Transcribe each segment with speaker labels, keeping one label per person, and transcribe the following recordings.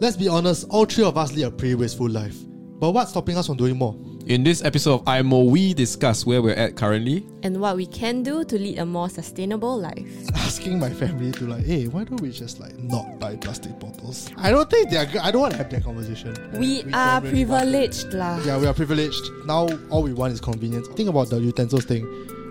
Speaker 1: Let's be honest, all three of us lead a pretty wasteful life. But what's stopping us from doing more?
Speaker 2: In this episode of IMO, we discuss where we're at currently.
Speaker 3: and what we can do to lead a more sustainable life.
Speaker 1: Asking my family to like, hey, why don't we just like not buy plastic bottles? I don't think they're good. I don't want to have that conversation.
Speaker 3: We,
Speaker 1: don't
Speaker 3: are
Speaker 1: really want it.
Speaker 3: privileged, lah.
Speaker 1: Yeah, we are privileged. Now all we want is convenience. Think about the utensils thing.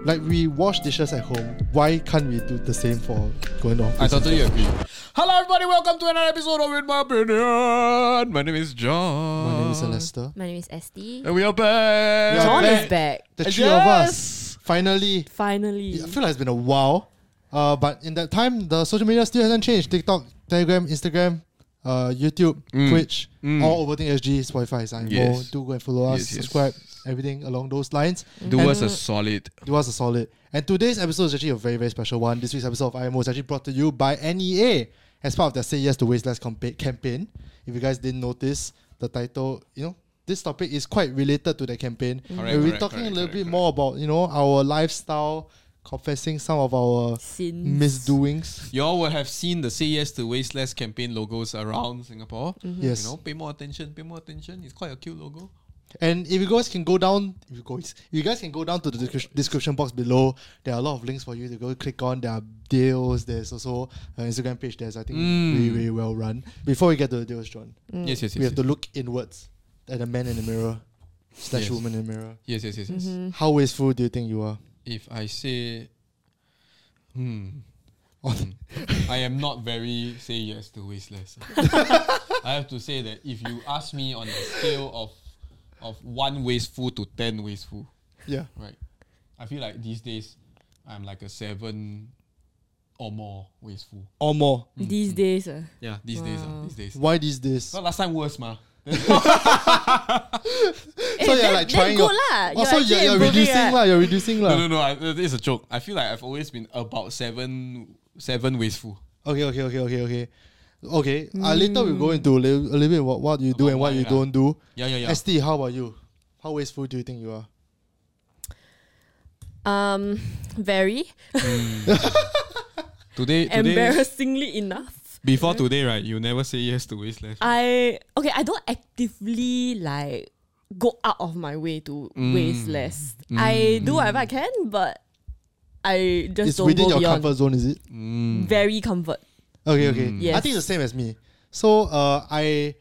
Speaker 1: Like we wash dishes at home. Why can't we do the same for going to office?
Speaker 2: agree. Hello, everybody. Welcome to another episode of In My Opinion. My name is John.
Speaker 1: My name is Celesta.
Speaker 3: My name is Esti.
Speaker 2: And we are back.
Speaker 1: We are
Speaker 3: John
Speaker 1: back.
Speaker 3: is back.
Speaker 1: The three of us finally
Speaker 3: Finally.
Speaker 1: I feel like it's been a while. Uh, but in that time, the social media still hasn't changed. TikTok, Telegram, Instagram, uh, YouTube, Twitch, all over thing SG, Spotify, Sign
Speaker 2: Mm. Yes.
Speaker 1: Do go and follow us,
Speaker 2: Yes, yes.
Speaker 1: subscribe, everything along those lines.
Speaker 2: Do
Speaker 1: And
Speaker 2: us a solid.
Speaker 1: do us a solid. And today's episode is actually a very, very special one. This week's episode of IMO is actually brought to you by NEA as part of their Say Yes to Waste Less campa- campaign. If you guys didn't notice, the title, you know, this topic is quite related to the campaign.
Speaker 2: Correct,
Speaker 1: We'll be
Speaker 2: correct,
Speaker 1: talking a
Speaker 2: correct,
Speaker 1: little
Speaker 2: correct,
Speaker 1: bit
Speaker 2: correct.
Speaker 1: more about, you know, our lifestyle, confessing some of our
Speaker 3: Sins.
Speaker 1: misdoings.
Speaker 2: Y'all will have seen the Say Yes to Waste Less campaign logos around Singapore.
Speaker 1: Yes.
Speaker 2: You know, pay more attention, pay more attention. It's quite a cute logo.
Speaker 1: And if you guys can go down, if you guys, if you guys can go down to the descri- description box below. There are a lot of links for you to go click on. There are deals. There's also an Instagram page. There's I think
Speaker 2: Mm.
Speaker 1: really, really well run. Before we get to the deals, John,
Speaker 2: Yes,
Speaker 1: Mm.
Speaker 2: yes,
Speaker 1: we
Speaker 2: yes.
Speaker 1: have to look inwards at the man in the mirror slash
Speaker 2: Yes.
Speaker 1: woman in the mirror.
Speaker 2: Yes, yes, yes, yes.
Speaker 1: How wasteful do you think you are?
Speaker 2: If I say, hmm,
Speaker 1: On-
Speaker 2: I am not very say yes to waste less. I have to say that if you ask me on a scale of of one wasteful to ten wasteful,
Speaker 1: yeah,
Speaker 2: right? I feel like these days I'm like a seven or more wasteful.
Speaker 1: or more.
Speaker 3: These days. Uh.
Speaker 2: Yeah, these days, ah,
Speaker 3: Wow.
Speaker 2: these days.
Speaker 1: Why these days?
Speaker 2: Not last time worse, ma.
Speaker 3: Eh,
Speaker 1: you're
Speaker 3: then-
Speaker 1: like
Speaker 3: then
Speaker 1: trying
Speaker 3: good
Speaker 1: your-
Speaker 3: lah.
Speaker 1: Also, Oh, you're,
Speaker 3: you're, actually
Speaker 1: you're
Speaker 3: improving,
Speaker 1: reducing
Speaker 3: right?
Speaker 1: lah. You're reducing
Speaker 2: No,
Speaker 1: lah.
Speaker 2: no, no. I, it- it's a joke. I feel like I've always been about seven, seven wasteful.
Speaker 1: Okay, okay, okay, okay, okay. Okay. Uh, later we
Speaker 2: Mm.
Speaker 1: go into a little, a little bit what, what you do
Speaker 2: About
Speaker 1: and what
Speaker 2: why
Speaker 1: you
Speaker 2: lah.
Speaker 1: don't do.
Speaker 2: Yeah, yeah, yeah.
Speaker 1: ST, how about you? How wasteful do you think you are?
Speaker 3: Um, very
Speaker 2: today, today,
Speaker 3: embarrassingly enough.
Speaker 2: before
Speaker 1: Mm-hmm.
Speaker 2: today, right? You never say yes to waste
Speaker 1: Ah.
Speaker 2: less.
Speaker 3: I okay. I don't actively like go out of my way to
Speaker 1: Mm.
Speaker 3: waste less. I do whatever I can, but I
Speaker 1: it's
Speaker 3: just don't
Speaker 1: within
Speaker 3: go
Speaker 1: your
Speaker 3: beyond.
Speaker 1: comfort zone, is it?
Speaker 3: Very comfort.
Speaker 1: Okay, okay. I
Speaker 3: Yes.
Speaker 1: think it's the same as me. So uh, I,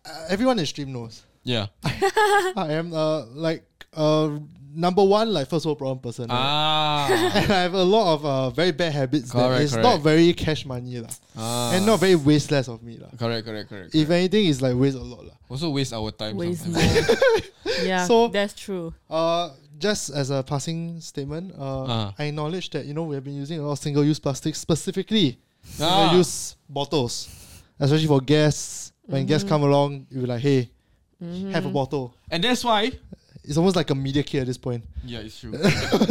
Speaker 1: uh, everyone in stream knows
Speaker 2: Yeah.
Speaker 1: I am uh like uh number one like first world problem person. right?
Speaker 2: Ah.
Speaker 1: And I have a lot of uh, very bad habits.
Speaker 2: Correct,
Speaker 1: that it's
Speaker 2: correct.
Speaker 1: not very cash money lah,
Speaker 2: Ah.
Speaker 1: and not very wasteless of me lah.
Speaker 2: correct, correct, correct.
Speaker 1: If anything, it's like waste a lot lah.
Speaker 2: also waste our time.
Speaker 3: Waste more.
Speaker 2: sometimes.
Speaker 3: yeah,
Speaker 1: So-
Speaker 3: that's true.
Speaker 1: Uh, just as a passing statement, uh,
Speaker 2: Ah.
Speaker 1: I acknowledge that you know we have been using a lot of single-use plastics, specifically
Speaker 2: Ah.
Speaker 1: single-use bottles, especially for guests. When
Speaker 3: Mm-hmm.
Speaker 1: guests come along, you're like, "Hey, have a bottle."
Speaker 2: And that's why.
Speaker 1: It's almost like a media kit at this point.
Speaker 2: Yeah, it's true.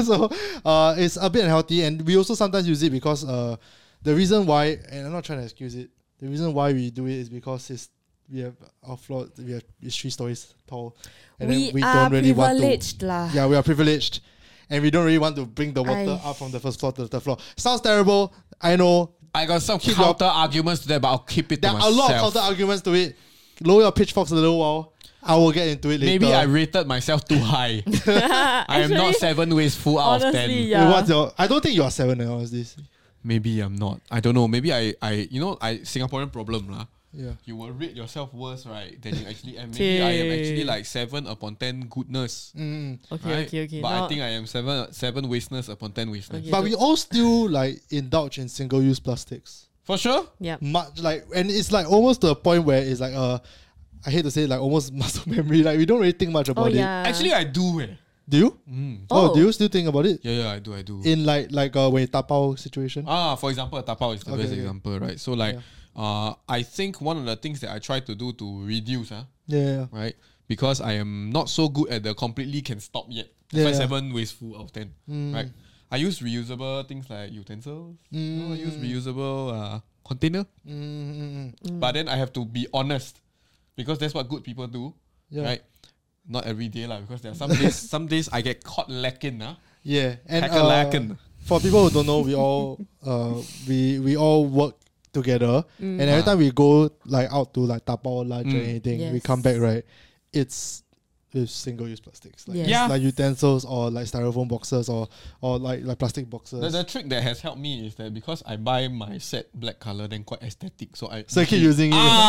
Speaker 1: so uh, it's a bit unhealthy, and we also sometimes use it because uh, the reason why, and I'm not trying to excuse it, the reason why we do it is because it's we have our floor, we have it's three stories tall, and
Speaker 3: we,
Speaker 1: then we
Speaker 3: are
Speaker 1: don't really want to.
Speaker 3: privileged lah.
Speaker 1: Yeah, we are privileged. And we don't really want to bring the water
Speaker 3: I-
Speaker 1: up from the first floor to the third floor. Sounds terrible. I know.
Speaker 2: I got some
Speaker 1: Keep
Speaker 2: counter arguments to that, but I'll keep it
Speaker 1: There
Speaker 2: to
Speaker 1: are
Speaker 2: myself.
Speaker 1: a lot of counter arguments to it. Lower your pitchforks a little while. I will get into it later.
Speaker 2: Maybe I rated myself too high. I am not seven wasteful out of ten.
Speaker 3: honestly, yeah.
Speaker 1: Wait, what's your, I don't think you are seven now, is this?
Speaker 2: Maybe I'm not. I don't know. Maybe I, I you know, I Singaporean problem lah.
Speaker 1: Yeah.
Speaker 2: You will rate yourself worse, right? Than you actually am. Maybe I am actually like seven upon ten goodness.
Speaker 1: Mm.
Speaker 3: okay,
Speaker 2: right?
Speaker 3: okay, okay.
Speaker 2: But
Speaker 3: now,
Speaker 2: I think I am seven seven wasteness upon ten wasteness.
Speaker 3: Okay.
Speaker 1: But we all still like indulge in single use plastics.
Speaker 2: For sure.
Speaker 3: yeah.
Speaker 1: Much like and it's like almost to a point where it's like uh I hate to say it, like almost muscle memory. Like we don't really think much
Speaker 3: Oh
Speaker 1: about it.
Speaker 3: yeah.
Speaker 2: Actually, I do. Eh.
Speaker 1: Do you?
Speaker 2: Mm.
Speaker 1: Oh.
Speaker 3: Oh.
Speaker 1: do you still think about it?
Speaker 2: Yeah, yeah, I do. I do.
Speaker 1: In like like uh when you tapao situation?
Speaker 2: Ah, for example, tapao is the
Speaker 1: Okay,
Speaker 2: best
Speaker 1: okay.
Speaker 2: example, right? So like, uh, I think one of the things that I try to do to reduce, ah,
Speaker 1: Yeah, yeah, yeah.
Speaker 2: right, because I am not so good at the completely can stop yet. That's
Speaker 1: Yeah, Hmm.
Speaker 2: why
Speaker 1: yeah.
Speaker 2: seven wasteful out of ten, right? I use reusable things like utensils. You know, I
Speaker 1: Hmm.
Speaker 2: use reusable uh, container,
Speaker 1: Mm, mm, mm.
Speaker 2: but then I have to be honest, because that's what good people do,
Speaker 1: Yeah.
Speaker 2: right? Not every day, lah, because there are some days. Some days I get caught lacking, ah.
Speaker 1: Yeah, and uh,
Speaker 2: Hacker lacking.
Speaker 1: for people who don't know, we all uh, we we all work together,
Speaker 3: Mm.
Speaker 1: and every
Speaker 2: Ah.
Speaker 1: time we go like out to like tapao lunch or
Speaker 2: Mm.
Speaker 1: anything, we
Speaker 3: Yes.
Speaker 1: come back right, it's with single use plastics, like
Speaker 3: Yes.
Speaker 2: Yeah.
Speaker 1: like utensils or like styrofoam boxes or or like like plastic boxes.
Speaker 2: The, the trick that has helped me is that because I buy my set black color, then quite aesthetic, so I
Speaker 1: So I keep using it.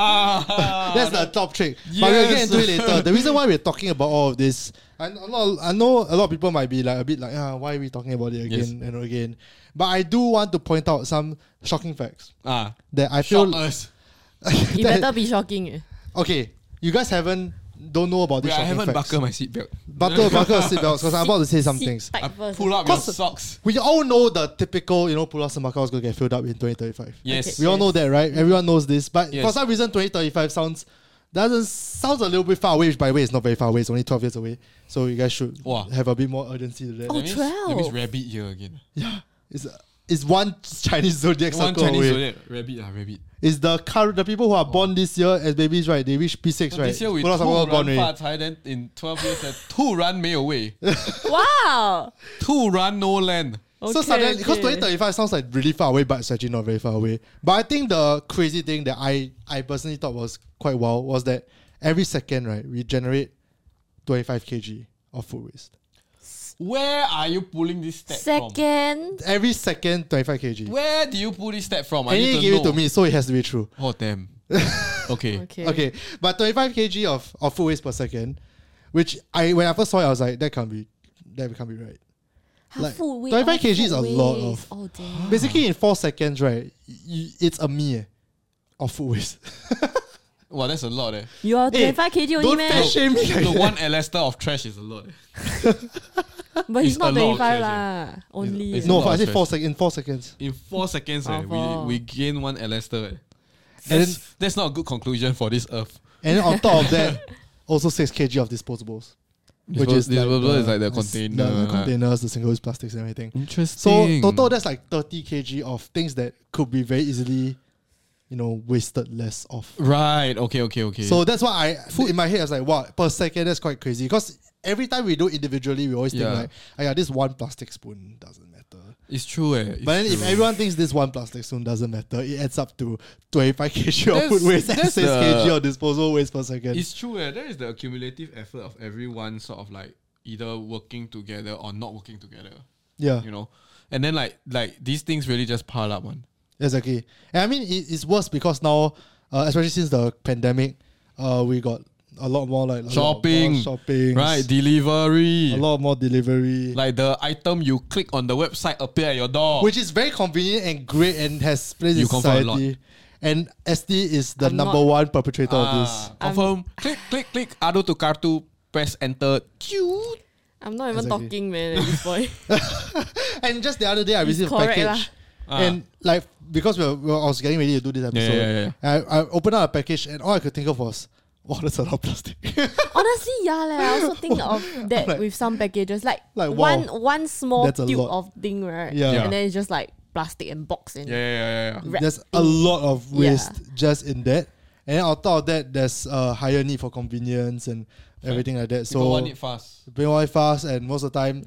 Speaker 2: Ah, ah
Speaker 1: That's the top trick. But we'll get
Speaker 2: Yes.
Speaker 1: into it later. The reason why we're talking about all of this, I, a lot, I know a lot of people might be like a bit like, ah, why are we talking about it again
Speaker 2: Yes.
Speaker 1: and again? But I do want to point out some shocking facts
Speaker 2: ah.
Speaker 1: that I feel.
Speaker 2: Shock us.
Speaker 3: It
Speaker 1: that-
Speaker 3: better be shocking. eh.
Speaker 1: okay, you guys haven't don't know about these
Speaker 2: Wait, I
Speaker 1: shocking
Speaker 2: haven't
Speaker 1: facts.
Speaker 2: buckled my seatbelt.
Speaker 1: buckle, buckle your seatbelts because I'm about to say some
Speaker 3: Sit
Speaker 1: things.
Speaker 3: tight
Speaker 2: I
Speaker 3: first.
Speaker 2: pull up your
Speaker 1: Cause-
Speaker 2: socks.
Speaker 1: We all know the typical, you know, Pulau Semakau is going to get filled up in 2035.
Speaker 2: Yes.
Speaker 1: We all know that, right? Everyone knows this. But for
Speaker 2: Yes.
Speaker 1: some reason, 2035 sounds doesn't sounds a little bit far away, which by the way is not very far away. It's only 12 years away. So you guys should
Speaker 2: Wah.
Speaker 1: have a bit more urgency to that.
Speaker 3: Oh,
Speaker 2: that means, that means
Speaker 3: 12.
Speaker 2: rabbit year again.
Speaker 1: It's, it's one Chinese zodiac
Speaker 2: One
Speaker 1: circle
Speaker 2: Chinese
Speaker 1: away.
Speaker 2: zodiac, rabbit lah, rabbit.
Speaker 1: It's the car, the people who are born this year as babies, right? They reach P6, right?
Speaker 2: This year we
Speaker 1: Pulau Semakau born already.
Speaker 2: 突然发财, then in 12 years, like, 突然没有位,
Speaker 3: Wow.
Speaker 2: 突然 no land.
Speaker 1: so
Speaker 3: Okay,
Speaker 1: suddenly, because
Speaker 3: okay.
Speaker 1: 2035 sounds like really far away, but it's actually not very far away. But I think the crazy thing that I, I personally thought was quite wild was that every second, right, we generate 25 kg of food waste.
Speaker 2: Where are you pulling this stat from?
Speaker 3: Second.
Speaker 1: Every second, 25 kg.
Speaker 2: Where do you pull this stat from? I
Speaker 1: and
Speaker 2: need
Speaker 1: you
Speaker 2: to
Speaker 1: gave it
Speaker 2: know.
Speaker 1: to me, so it has to be true.
Speaker 2: Oh damn. Okay.
Speaker 3: Okay.
Speaker 1: Okay, but 25 kg of, of food waste per second, which I when I first saw it, I was like, that can't be, that can't be right.
Speaker 3: How
Speaker 1: like,
Speaker 3: food weight,
Speaker 1: 25
Speaker 3: all
Speaker 1: kg is
Speaker 3: food
Speaker 1: a lot
Speaker 3: waste.
Speaker 1: of-
Speaker 3: Oh damn.
Speaker 1: Basically, in four seconds, right, y- y- it's a me eh, of food waste.
Speaker 2: Wow, that's a lot eh.
Speaker 3: You are
Speaker 1: Eh,
Speaker 3: 25 kg only
Speaker 1: Don't
Speaker 3: man.
Speaker 1: fat shame me like
Speaker 2: The
Speaker 1: that.
Speaker 2: one Alastair of trash is a lot. eh.
Speaker 3: But he's
Speaker 2: It's
Speaker 3: not
Speaker 2: a lot of
Speaker 3: 25
Speaker 2: treasure.
Speaker 3: lah. Only.
Speaker 2: it's a
Speaker 3: eh.
Speaker 1: No,
Speaker 2: lot
Speaker 1: but I
Speaker 2: of
Speaker 1: said four sec- in four seconds.
Speaker 2: In four seconds, eh,
Speaker 3: Oh,
Speaker 1: Uh-huh.
Speaker 3: four.
Speaker 2: we we gain one Alastair. Eh.
Speaker 1: And then,
Speaker 2: That's, that's not a good conclusion for this earth.
Speaker 1: and then on top of that, also six kg of disposables, which
Speaker 2: Dispos-
Speaker 1: is like
Speaker 2: disposable
Speaker 1: the-
Speaker 2: is like the
Speaker 1: the s-
Speaker 2: container.
Speaker 1: the, the containers, the single use plastics, and everything. So
Speaker 2: Interesting.
Speaker 1: total, that's like thirty kg of things that could be very easily, you know, wasted less of.
Speaker 2: right. Okay. Okay. Okay.
Speaker 1: So that's why I in my head I was like, wow, per second that's quite crazy. Because every time we do individually, we always
Speaker 2: Yeah.
Speaker 1: think like, I got this one plastic spoon doesn't matter.
Speaker 2: it's true. Eh. It's
Speaker 1: But then if
Speaker 2: true.
Speaker 1: everyone thinks this one plastic spoon doesn't matter, it adds up to 25 kg of
Speaker 2: That's-
Speaker 1: food waste and
Speaker 2: that's
Speaker 1: 6
Speaker 2: the-
Speaker 1: kg of disposal waste per second.
Speaker 2: It's true, eh. That is the accumulative effort of everyone sort of like either working together or not working together.
Speaker 1: yeah,
Speaker 2: You know? And then like like these things really just pile up one.
Speaker 1: exactly. And I mean, it, it's worse because now, uh, especially since the pandemic, uh, we got a lot more like
Speaker 2: Shopping,
Speaker 1: shopping,
Speaker 2: Right? Delivery.
Speaker 1: A lot more delivery,
Speaker 2: Like the item you click on the website appear at your door.
Speaker 1: which is very convenient and great and has placed
Speaker 2: You
Speaker 1: in
Speaker 2: confirm a lot.
Speaker 1: society. And SD is the
Speaker 3: I'm
Speaker 1: number
Speaker 3: not-
Speaker 1: one perpetrator of this.
Speaker 2: ah, confirm.
Speaker 1: Um,
Speaker 2: click, click, click. Ado to cartu. Press enter. Cute.
Speaker 3: I'm not even
Speaker 1: Exactly.
Speaker 3: talking, man, at this point.
Speaker 1: And just the other day, I
Speaker 3: It's
Speaker 1: received a
Speaker 3: correct
Speaker 1: package.
Speaker 2: lah.
Speaker 1: And like because we were, we were- I was getting ready to do this episode,
Speaker 2: Ah. yeah, yeah,
Speaker 1: I, I opened up a package and all I could think of was, "Wow, that's a lot of plastic."
Speaker 3: Honestly, yeah, leh. I also think of that
Speaker 1: Like-
Speaker 3: with some packages, like,
Speaker 1: Like,
Speaker 3: one
Speaker 1: wow,
Speaker 3: one small
Speaker 1: that's a
Speaker 3: tube
Speaker 1: lot.
Speaker 3: of thing, right?
Speaker 1: Yeah. Yeah.
Speaker 3: and then it's just like plastic and box and
Speaker 2: Yeah, yeah, yeah, yeah.
Speaker 3: wrap
Speaker 1: there's a
Speaker 3: thing.
Speaker 1: lot of
Speaker 3: Yeah.
Speaker 1: waste just in that. And then on top of that, there's a higher need for convenience and everything like that.
Speaker 2: People want
Speaker 1: So
Speaker 2: it fast.
Speaker 1: bring Wi fast, and most of the time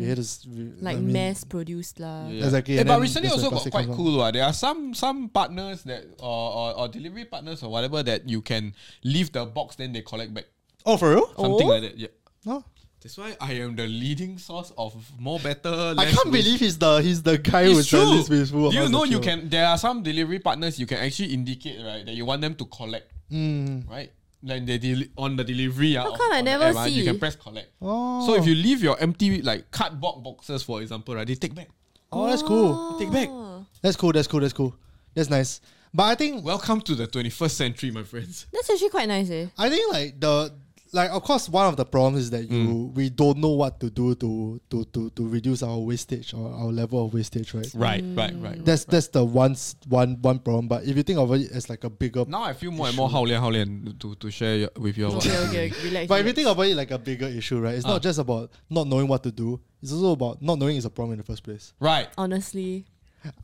Speaker 1: we had to s- we-
Speaker 3: Mm. like
Speaker 1: I mean,
Speaker 3: mass produced lah.
Speaker 2: Yeah.
Speaker 1: Exactly,
Speaker 2: Eh,
Speaker 1: and
Speaker 2: but
Speaker 1: then
Speaker 2: recently
Speaker 1: that's
Speaker 2: also
Speaker 1: where
Speaker 2: got
Speaker 1: plastic
Speaker 2: quite
Speaker 1: comes
Speaker 2: cool. What There are some some partners that or, or, or delivery partners or whatever that you can leave the box then they collect back.
Speaker 1: Oh, for real?
Speaker 2: Something
Speaker 3: Oh?
Speaker 2: like that. Yeah.
Speaker 1: No,
Speaker 2: That's why I am the leading source of more better.
Speaker 1: I
Speaker 2: less
Speaker 1: can't
Speaker 2: waste.
Speaker 1: believe he's the he's the guy who's
Speaker 2: It's
Speaker 1: the
Speaker 2: true.
Speaker 1: least wasteful.
Speaker 2: Do you
Speaker 1: among the
Speaker 2: know you
Speaker 1: few.
Speaker 2: can? There are some delivery partners you can actually indicate right that you want them to collect
Speaker 1: Mm.
Speaker 2: right. Like they del- on the delivery. How
Speaker 3: come I never
Speaker 2: You
Speaker 3: see?
Speaker 2: can press collect.
Speaker 1: Oh.
Speaker 2: So if you leave your empty like cardboard boxes, for example, right, they take back.
Speaker 1: oh, that's cool.
Speaker 2: Take back.
Speaker 3: Oh.
Speaker 1: That's cool. That's cool. That's cool. That's nice. But I think
Speaker 2: Welcome to the 21st century, my friends.
Speaker 3: That's actually quite nice, eh?
Speaker 1: I think like the like of course one of the problems is that you
Speaker 2: Mm.
Speaker 1: we don't know what to do to to to to reduce our wastage or our level of wastage, right?
Speaker 2: Right,
Speaker 3: Hmm.
Speaker 2: right, right.
Speaker 1: That's that's the one s- one one problem. But if you think of it as like a bigger
Speaker 2: Now I feel more and more hao lian hao lian to, to share your, with you. all what
Speaker 3: Okay,
Speaker 2: I'm
Speaker 3: okay,
Speaker 2: feeling.
Speaker 3: relax.
Speaker 1: but if you
Speaker 3: relax.
Speaker 1: think about it like a bigger issue, right? It's
Speaker 2: Ah.
Speaker 1: not just about not knowing what to do. It's also about not knowing is a problem in the first place.
Speaker 2: Right.
Speaker 3: honestly,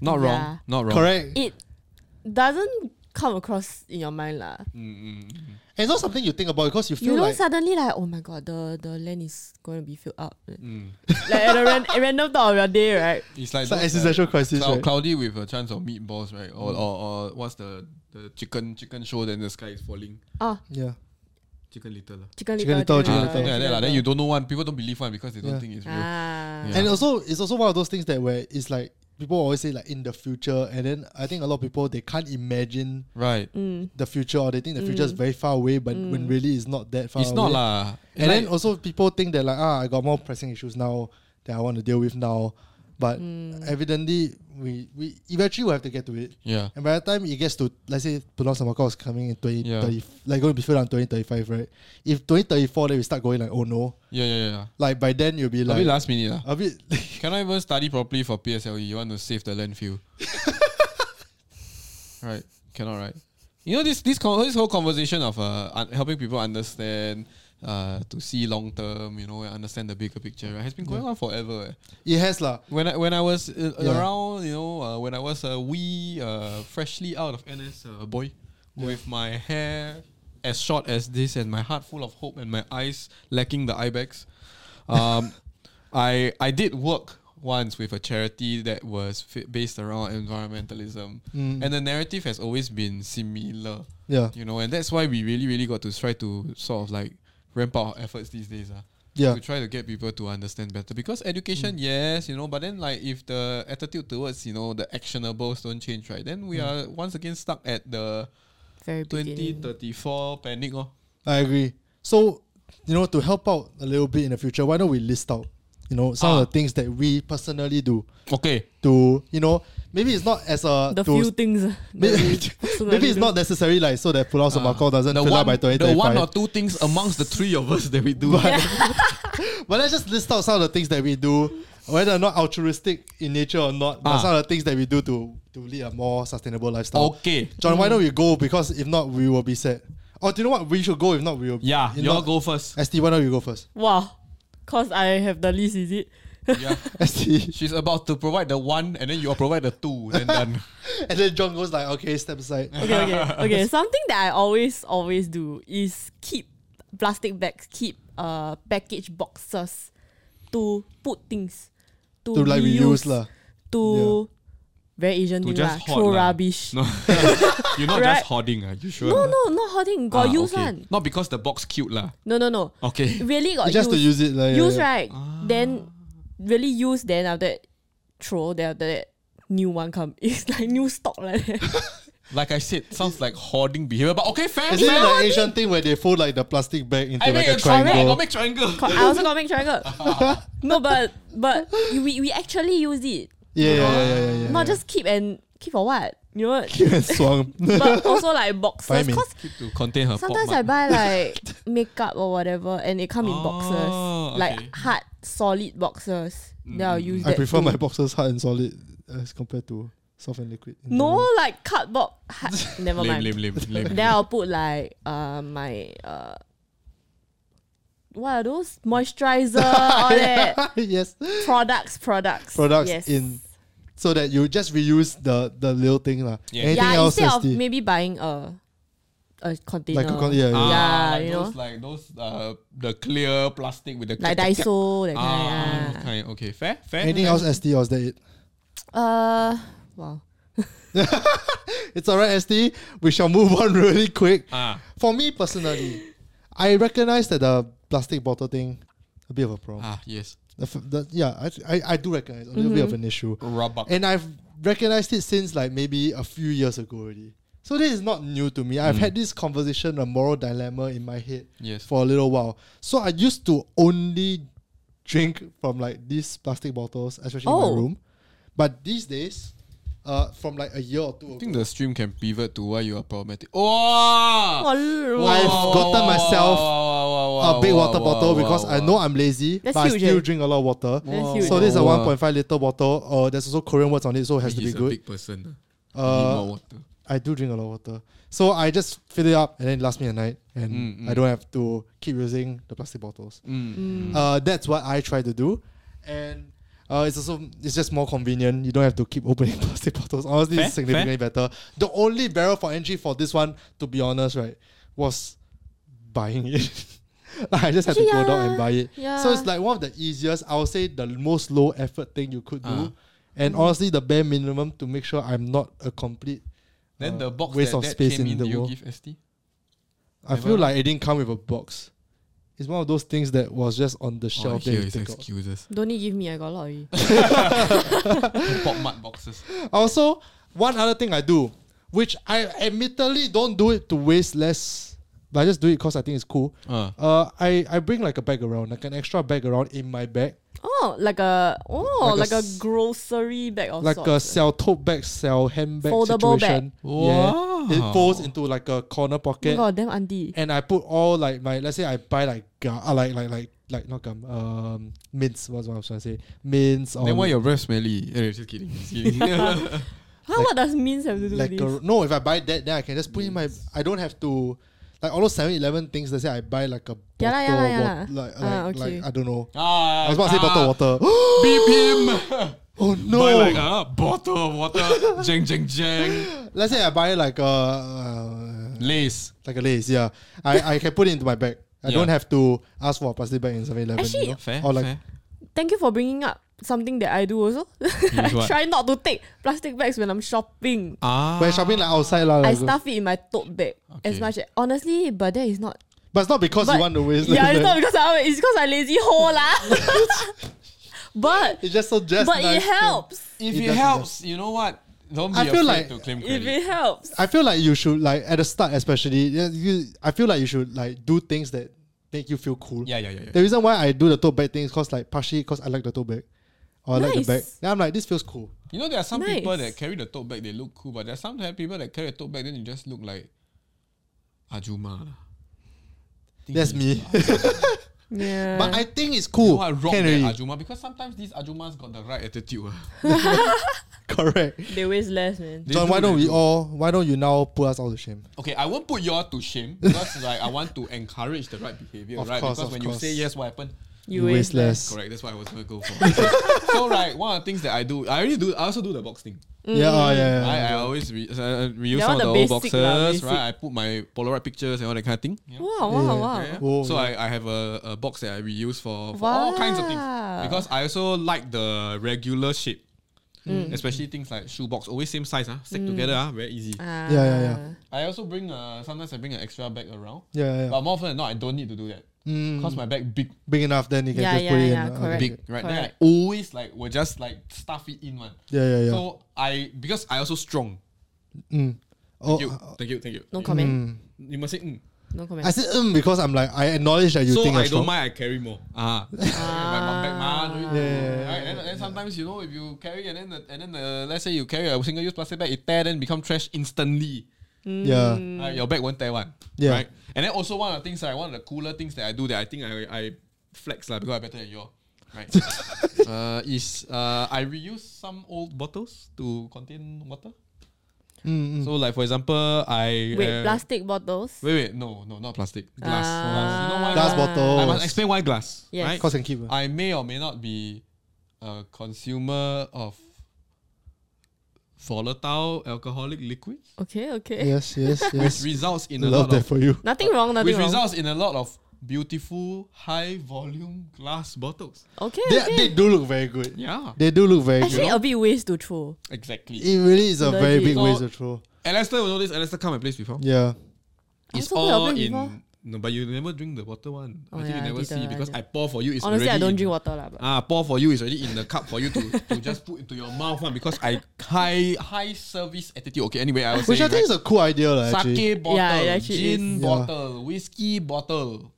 Speaker 2: Not
Speaker 3: Yeah.
Speaker 2: wrong. Not wrong.
Speaker 1: Correct.
Speaker 3: it doesn't come across in your mind lah.
Speaker 2: Mm.
Speaker 1: And it's not something you think about because you feel
Speaker 3: You don't
Speaker 1: like
Speaker 3: suddenly like, oh my god, the, the land is going to be filled up.
Speaker 2: Mm.
Speaker 3: like at a, ran- a random time of your day, right?
Speaker 2: It's like
Speaker 1: it's an
Speaker 2: those, like,
Speaker 1: existential crisis.
Speaker 2: Clou-
Speaker 1: right?
Speaker 2: cloudy with a chance of meatballs, right? Or, or, or what's the, the chicken chicken show? Then the sky is falling.
Speaker 3: Oh,
Speaker 1: Yeah.
Speaker 2: Chicken little, lah.
Speaker 3: chicken
Speaker 1: Chicken
Speaker 3: little,
Speaker 1: little, chicken
Speaker 2: Ah,
Speaker 1: little.
Speaker 2: something like that, lah. Then you don't know one. People don't believe one because they don't
Speaker 1: Yeah.
Speaker 2: think it's real.
Speaker 3: Ah.
Speaker 2: Yeah.
Speaker 1: And also, it's also one of those things that where it's like people always say like in the future, and then I think a lot of people they can't imagine
Speaker 2: Right.
Speaker 3: Mm.
Speaker 1: the future or they think the future is very far away, but when really it's not that far.
Speaker 2: It's not
Speaker 1: away.
Speaker 2: lah.
Speaker 1: And
Speaker 2: Like-
Speaker 1: then also people think that like ah, I got more pressing issues now that I want to deal with now, but
Speaker 3: Mm.
Speaker 1: evidently we we eventually will have to get to it.
Speaker 2: yeah.
Speaker 1: And by the time it gets to let's say Pulau Semakau is coming in twenty
Speaker 2: Yeah.
Speaker 1: thirty, like going to be filled out in twenty thirty five, right? If twenty thirty four, then we start going like oh no,
Speaker 2: Yeah, yeah, yeah.
Speaker 1: like by then you'll be
Speaker 2: a bit
Speaker 1: like
Speaker 2: last minute, lah.
Speaker 1: a bit.
Speaker 2: Cannot even study properly for PSLE. E? You want to save the landfill. right. Cannot, right? You know, this this, con- this whole conversation of uh, un- helping people understand, uh, to see long term, you know, and understand the bigger picture, right, has been going on forever. eh.
Speaker 1: it has lah.
Speaker 2: When I when I was uh,
Speaker 1: Yeah.
Speaker 2: around, you know, uh, when I was a wee, uh, freshly out of NS uh, boy, with my hair as short as this and my heart full of hope and my eyes lacking the eye bags, um, I I did work once with a charity that was fi- based around environmentalism,
Speaker 1: Mm.
Speaker 2: and the narrative has always been similar,
Speaker 1: Yeah,
Speaker 2: you know, and that's why we really really got to try to sort of like ramp up our efforts these days, ah
Speaker 1: yeah. Mm.
Speaker 2: to try to get people to understand better. Because education, yes, you know, but then like if the attitude towards you know the actionables don't change, right, then
Speaker 1: Mm.
Speaker 2: we are once again stuck at the
Speaker 3: Very
Speaker 2: twenty
Speaker 3: beginning.
Speaker 2: thirty four panic. Oh.
Speaker 1: I agree. So, you know, to help out a little bit in the future, why don't we list out, you know, some
Speaker 2: Ah.
Speaker 1: of the things that we personally do
Speaker 2: Okay.
Speaker 1: to, you know, maybe it's not as a
Speaker 3: The
Speaker 1: to-
Speaker 3: few things. that
Speaker 1: Maybe-
Speaker 3: we
Speaker 1: maybe
Speaker 3: personally
Speaker 1: it's
Speaker 3: do.
Speaker 1: not necessary like so that Pulau Semakau doesn't
Speaker 2: Ah, the
Speaker 1: fill
Speaker 2: one,
Speaker 1: up by
Speaker 2: the one
Speaker 1: 2025.
Speaker 2: or two things amongst the three of us that we do.
Speaker 1: but let's just list out some of the things that we do, whether or not altruistic in nature or not, but
Speaker 2: Ah. Oh.
Speaker 1: some of the things that we do to to lead a more sustainable lifestyle.
Speaker 2: okay.
Speaker 1: John, why don't we go? Because if not, we will be sad. Or do you know what? We should go. If not, we will.
Speaker 2: Yeah,
Speaker 1: if
Speaker 2: you all
Speaker 1: not-
Speaker 2: go first.
Speaker 1: ST, why don't you go first?
Speaker 3: Wow. Cause I have the least, is it?
Speaker 2: yeah.
Speaker 1: ST.
Speaker 2: She's about to provide the one and then you all provide the two, then done.
Speaker 1: And then John goes like, okay, step aside.
Speaker 3: Okay, okay, okay. Something that I always, always do is keep plastic bags, keep uh package boxes to put things to,
Speaker 1: to like reuse
Speaker 3: reuse,
Speaker 1: lah.
Speaker 3: to very Asian
Speaker 2: To
Speaker 3: thing
Speaker 2: just
Speaker 3: lah,
Speaker 2: hoard
Speaker 3: throw
Speaker 2: lah.
Speaker 3: rubbish. No,
Speaker 2: No. You're not
Speaker 3: Right.
Speaker 2: just hoarding, are you sure?
Speaker 3: no, not hoarding. Got
Speaker 2: Ah,
Speaker 3: use
Speaker 2: okay.
Speaker 3: one.
Speaker 2: Not because the box cute lah.
Speaker 3: No, no, no.
Speaker 2: Okay.
Speaker 3: Really got
Speaker 1: just to
Speaker 3: use.
Speaker 1: use it, like yeah,
Speaker 3: use
Speaker 1: yeah.
Speaker 3: right. Then really use. Then after that, throw. Then after that, new one come. It's like new stock like that.
Speaker 2: Like I said, sounds like hoarding behavior, but okay, fair.
Speaker 1: Is it
Speaker 2: fair.
Speaker 1: the Asian thing where they fold like the plastic bag into
Speaker 2: I
Speaker 1: like
Speaker 2: make
Speaker 1: a
Speaker 2: a triangle. I
Speaker 1: triangle?
Speaker 2: got make triangle.
Speaker 3: I also got make triangle. no, but but we we actually use it.
Speaker 1: Yeah, yeah, yeah, yeah, yeah, yeah.
Speaker 3: Not just keep and keep for what? You know,
Speaker 1: Keep and swung.
Speaker 3: but also like
Speaker 1: Buy
Speaker 3: boxes.
Speaker 1: me.
Speaker 3: Cause
Speaker 2: to contain her.
Speaker 3: sometimes I buy like makeup or whatever, and it come in boxes,
Speaker 2: Oh, okay.
Speaker 3: like hard solid boxes. Then I'll use
Speaker 1: Mm. I
Speaker 3: that.
Speaker 1: prefer
Speaker 3: too.
Speaker 1: my boxes hard and solid as compared to soft and liquid. in
Speaker 3: no
Speaker 1: general.
Speaker 3: like cardboard. Hard. Never
Speaker 2: lame,
Speaker 3: mind.
Speaker 2: lame, lame, lame.
Speaker 3: Then I'll put like uh my uh what are those moisturizer all that
Speaker 1: yes,
Speaker 3: products products
Speaker 1: products
Speaker 3: yes.
Speaker 1: in so that you just reuse the the little thing lah.
Speaker 2: Yeah.
Speaker 1: Anything
Speaker 3: yeah
Speaker 1: else?
Speaker 3: instead of
Speaker 1: SD?
Speaker 3: maybe buying a a container
Speaker 1: like a con- yeah, yeah.
Speaker 2: Ah,
Speaker 3: Yeah,
Speaker 2: like
Speaker 3: you
Speaker 2: those,
Speaker 3: know.
Speaker 2: like those, uh, the clear plastic with the
Speaker 3: like Daiso that
Speaker 2: Ah,
Speaker 3: kind. yeah.
Speaker 2: okay, okay, fair, fair.
Speaker 1: Anything else? ST or is that it?
Speaker 3: Uh, wow.
Speaker 1: It's alright, ST. We shall move on really quick.
Speaker 2: Ah,
Speaker 1: For me personally, I recognize that the plastic bottle thing a bit of a problem.
Speaker 2: ah, yes,
Speaker 1: The f- the- yeah, I, I, I do recognize a little bit of
Speaker 3: Mm-hmm.
Speaker 1: an issue.
Speaker 2: rubber.
Speaker 1: And I've recognized it since like maybe a few years ago already. So this is not new to me. I've had this conversation, a moral dilemma in my head
Speaker 2: Mm. Yes.
Speaker 1: for a little while. So I used to only drink from like these plastic bottles, especially in
Speaker 3: Oh.
Speaker 1: my room. But these days, uh, from like a year or two
Speaker 2: I
Speaker 1: ago,
Speaker 2: think the stream can pivot to why you are problematic. Oh,
Speaker 1: I've gotten myself a big water bottle because I know I'm lazy,
Speaker 3: That's
Speaker 1: but
Speaker 3: huge,
Speaker 1: I still
Speaker 3: eh?
Speaker 1: drink a lot of water.
Speaker 3: That's huge.
Speaker 1: So this is a
Speaker 2: Wow.
Speaker 1: 1.5 liter bottle. Uh, there's also Korean words on it, so it has to be
Speaker 2: He's a
Speaker 1: good.
Speaker 2: big person.
Speaker 1: Uh,
Speaker 2: Need more water.
Speaker 1: I do drink a lot of water. So I just fill it up and then it lasts me a night and
Speaker 2: Mm, mm.
Speaker 1: I don't have to keep using the plastic bottles.
Speaker 2: Mm.
Speaker 1: Uh, that's what I try to do. And Uh, it's also it's just more convenient. You don't have to keep opening plastic bottles. Honestly, it's
Speaker 2: Fair,
Speaker 1: significantly better. The only barrel for entry for this one, to be honest, right, was buying it. Like, I just had to
Speaker 3: Actually,
Speaker 1: go down
Speaker 3: yeah.
Speaker 1: and buy it.
Speaker 3: Yeah.
Speaker 1: So it's like one of the easiest, I would say the most low effort thing you could
Speaker 2: Ah.
Speaker 1: do. And honestly, the bare minimum to make sure I'm not a complete
Speaker 2: Then
Speaker 1: uh,
Speaker 2: the box
Speaker 1: waste
Speaker 2: that,
Speaker 1: of
Speaker 2: that
Speaker 1: space
Speaker 2: came
Speaker 1: in
Speaker 2: in,
Speaker 1: the
Speaker 2: do you
Speaker 1: world.
Speaker 2: give ST?
Speaker 1: I
Speaker 2: Never
Speaker 1: feel
Speaker 2: mind.
Speaker 1: like it didn't come with a box. It's one of those things that was just on the
Speaker 2: Oh,
Speaker 1: shelf. that
Speaker 2: here
Speaker 1: you
Speaker 2: is
Speaker 1: take out.
Speaker 2: excuses.
Speaker 3: Don't need give me. I got a lot of you.
Speaker 2: Pop mud boxes.
Speaker 1: Also, one other thing I do, which I admittedly don't do it to waste less, but I just do it because I think it's cool.
Speaker 2: Uh,
Speaker 1: Uh, I, I bring like a bag around, like an extra bag around in my bag,
Speaker 3: Oh, like a oh,
Speaker 1: Like
Speaker 3: like,
Speaker 1: a
Speaker 3: a,
Speaker 1: s-
Speaker 3: grocery bag of
Speaker 1: like a
Speaker 3: sorts.
Speaker 1: sell tote bag, sell handbag
Speaker 3: Foldable
Speaker 1: situation.
Speaker 2: Wow.
Speaker 1: Yeah, it folds into like a corner
Speaker 3: Oh my
Speaker 1: pocket,
Speaker 3: god, damn auntie.
Speaker 1: and I put all like my let's say I buy like gum, uh, like like like like not gum, um, mints. What's what I was trying to say? Mints or
Speaker 2: Oh, then why your breath smelly? Eh, just kidding. Just kidding.
Speaker 3: How what does means have to do
Speaker 1: like
Speaker 3: with
Speaker 1: a,
Speaker 3: this?
Speaker 1: no, if I buy that, then I can just put in my. I don't have to like all those 7-Eleven things. Let's say I buy like a bottle,
Speaker 3: Yeah lah, yeah lah, yeah
Speaker 1: wa-
Speaker 3: lah.
Speaker 1: like like,
Speaker 3: Ah, okay.
Speaker 1: like I don't know.
Speaker 2: ah,
Speaker 1: I was about to say bottle water.
Speaker 2: Beep him.
Speaker 1: oh no!
Speaker 2: uh, Buy like a bottle of water. jeng jeng jeng.
Speaker 1: Let's say I buy like a uh,
Speaker 2: Lace.
Speaker 1: like a lace. Yeah, I, I can put it into my bag. I
Speaker 2: Yeah.
Speaker 1: don't have to ask for a plastic bag in 7-Eleven.
Speaker 3: Actually,
Speaker 1: you know?
Speaker 2: Fair.
Speaker 1: Or like-
Speaker 2: fair.
Speaker 3: Thank you for bringing up something that I do also. I
Speaker 2: what?
Speaker 3: try not to take plastic bags when I'm shopping.
Speaker 2: Ah.
Speaker 1: But shopping like outside lah.
Speaker 3: I
Speaker 1: like-
Speaker 3: stuff it in my tote bag as
Speaker 2: Okay.
Speaker 3: much as honestly, but that is not.
Speaker 1: But it's not because you
Speaker 3: but-
Speaker 1: want to waste.
Speaker 3: yeah,
Speaker 1: like
Speaker 3: it's
Speaker 1: that.
Speaker 3: not because I it's because I lazy hole lah. but
Speaker 1: It's just so just.
Speaker 3: but
Speaker 1: nice.
Speaker 3: it helps
Speaker 2: If
Speaker 1: It
Speaker 2: it,
Speaker 1: does, it
Speaker 2: helps, you know what? Don't be
Speaker 1: I feel like
Speaker 2: afraid to claim
Speaker 3: if
Speaker 2: credit.
Speaker 3: it helps.
Speaker 1: I feel like you should like at the start, especially. yeah, you- I feel like you should like do things that make you feel cool.
Speaker 2: yeah, yeah, yeah. yeah.
Speaker 1: The reason why I do the tote bag thing is because like partially because I like the tote bag. Or I like the
Speaker 3: Nice.
Speaker 1: bag. Then I'm like, this feels cool.
Speaker 2: You know, there are some people
Speaker 3: Nice.
Speaker 2: that carry the tote bag, they look cool, but there are some people that carry a tote bag, then you just look like Ajuma. Think
Speaker 1: That's
Speaker 2: he's
Speaker 1: me.
Speaker 2: Ajuma.
Speaker 3: Yeah.
Speaker 1: but I think it's
Speaker 2: you
Speaker 1: cool.
Speaker 2: know, I rock
Speaker 1: Can
Speaker 2: that
Speaker 1: already.
Speaker 2: Ajuma because sometimes these Ajumas got the right attitude. ah.
Speaker 1: Correct.
Speaker 3: they waste less, man.
Speaker 2: They
Speaker 1: John,
Speaker 2: do,
Speaker 1: why don't
Speaker 2: they
Speaker 1: we
Speaker 2: do.
Speaker 1: all why don't you now put us all to shame?
Speaker 2: Okay, I won't put you all to shame because like I want to encourage the right behavior,
Speaker 1: Of
Speaker 2: right?
Speaker 1: course,
Speaker 2: because
Speaker 1: of
Speaker 2: when
Speaker 1: course.
Speaker 2: you say yes, what happened?
Speaker 3: You,
Speaker 1: You
Speaker 3: waste,
Speaker 1: waste
Speaker 3: less.
Speaker 1: less.
Speaker 2: Correct. That's what I was gonna go for. so right, one of the things that I do, I already do. I also do the box thing.
Speaker 1: Yeah, oh, yeah, yeah,
Speaker 2: I,
Speaker 1: yeah.
Speaker 2: I always re- uh, reuse
Speaker 3: That
Speaker 2: some
Speaker 3: one
Speaker 2: of the old
Speaker 3: the basic
Speaker 2: boxes,
Speaker 3: lah, basic.
Speaker 2: right? I put my Polaroid pictures and all that kind of thing. you know?
Speaker 3: Wow, wow,
Speaker 1: Yeah.
Speaker 3: wow.
Speaker 2: Yeah.
Speaker 1: Oh,
Speaker 2: so
Speaker 1: yeah.
Speaker 2: I, I have a, a box that I reuse for, for all kinds of things
Speaker 3: Wow.
Speaker 2: because I also like the regular shape,
Speaker 3: Mm.
Speaker 2: especially things like shoe box, always same size, ah, stick together, ah, very easy.
Speaker 3: Ah.
Speaker 1: Yeah, yeah, yeah.
Speaker 2: I also bring uh, sometimes I bring an extra bag around,
Speaker 1: Yeah, yeah, yeah.
Speaker 2: but more often than not I don't need to do that
Speaker 1: Mm,
Speaker 2: because my bag big,
Speaker 1: big enough then you can
Speaker 3: Yeah,
Speaker 1: just
Speaker 3: yeah,
Speaker 1: put it
Speaker 3: yeah,
Speaker 1: in. uh,
Speaker 3: correct.
Speaker 2: big,
Speaker 1: bag.
Speaker 2: right? Then I
Speaker 3: Correct.
Speaker 2: always like will just like stuff it in one.
Speaker 1: Yeah, yeah, yeah.
Speaker 2: So I because I also strong.
Speaker 1: mm. Oh,
Speaker 2: Thank you,
Speaker 1: uh,
Speaker 2: thank you, thank you.
Speaker 3: No comment.
Speaker 1: mm.
Speaker 2: You must say. Mm.
Speaker 3: No comment.
Speaker 1: I said um because I'm like I acknowledge that you
Speaker 2: so
Speaker 1: think
Speaker 2: I
Speaker 1: I'm
Speaker 2: don't
Speaker 1: strong.
Speaker 2: mind. I carry more. Ah, my mum back
Speaker 3: Ah.
Speaker 2: mah, don't you-
Speaker 1: Yeah, yeah, yeah,
Speaker 2: Right, and, and sometimes you know if you carry and then the, and then the, let's say you carry a single use plastic bag, it tear then become trash instantly.
Speaker 1: Yeah.
Speaker 2: Right, Mm. your bag won't tear one.
Speaker 1: Yeah.
Speaker 2: Right. And then also one of the things that one of the cooler things that I do that I think I I flex lah because I better than you. all, Right. uh, is uh, I reuse some old bottles to contain water.
Speaker 1: Mm, mm.
Speaker 2: So like for example, I uh,
Speaker 3: Wait, plastic bottles.
Speaker 2: Wait, wait, no, no, not plastic. Glass.
Speaker 3: Ah.
Speaker 2: glass. You know why
Speaker 1: Glass
Speaker 2: glass?
Speaker 1: bottles.
Speaker 2: I must explain why glass.
Speaker 3: Yes.
Speaker 2: Right?
Speaker 1: Cause can keep. uh.
Speaker 2: I may or may not be a consumer of volatile alcoholic liquids,
Speaker 3: Okay, okay.
Speaker 1: Yes, yes,
Speaker 2: which
Speaker 1: yes.
Speaker 2: results in a
Speaker 1: Love
Speaker 2: lot
Speaker 1: that
Speaker 2: of
Speaker 1: for you.
Speaker 3: Nothing wrong, nothing
Speaker 2: which
Speaker 3: wrong.
Speaker 2: results in a lot of beautiful high volume glass bottles.
Speaker 3: okay,
Speaker 1: They,
Speaker 3: okay.
Speaker 1: they do look very good.
Speaker 2: Yeah,
Speaker 1: They do look very
Speaker 3: Actually,
Speaker 1: good.
Speaker 3: a bit waste to throw.
Speaker 2: exactly.
Speaker 1: It really is a very
Speaker 3: Legit.
Speaker 1: big
Speaker 2: So-
Speaker 1: waste of throw.
Speaker 2: Alistair will know this. Alistair come and place before.
Speaker 1: Yeah.
Speaker 2: It's
Speaker 3: Also put
Speaker 2: all
Speaker 3: your plate
Speaker 2: in.
Speaker 3: before.
Speaker 2: No, but you never drink the water one.
Speaker 3: Oh
Speaker 2: I think
Speaker 3: yeah, I
Speaker 2: you never
Speaker 3: didn't,
Speaker 2: see
Speaker 3: I
Speaker 2: because I,
Speaker 3: didn't.
Speaker 2: pour for you. It's
Speaker 3: Honestly, I
Speaker 2: already
Speaker 3: don't
Speaker 2: in-
Speaker 3: drink water lah. But
Speaker 2: Ah, pour for you is already in the cup for you to, to just put into your mouth one because I high high service attitude. Okay, anyway, I was
Speaker 1: Which I
Speaker 2: saying,
Speaker 1: think is a cool idea, lah.
Speaker 2: right,
Speaker 1: actually.
Speaker 2: sake bottle,
Speaker 3: Yeah, it actually
Speaker 2: gin
Speaker 1: is.
Speaker 2: bottle, whiskey bottle,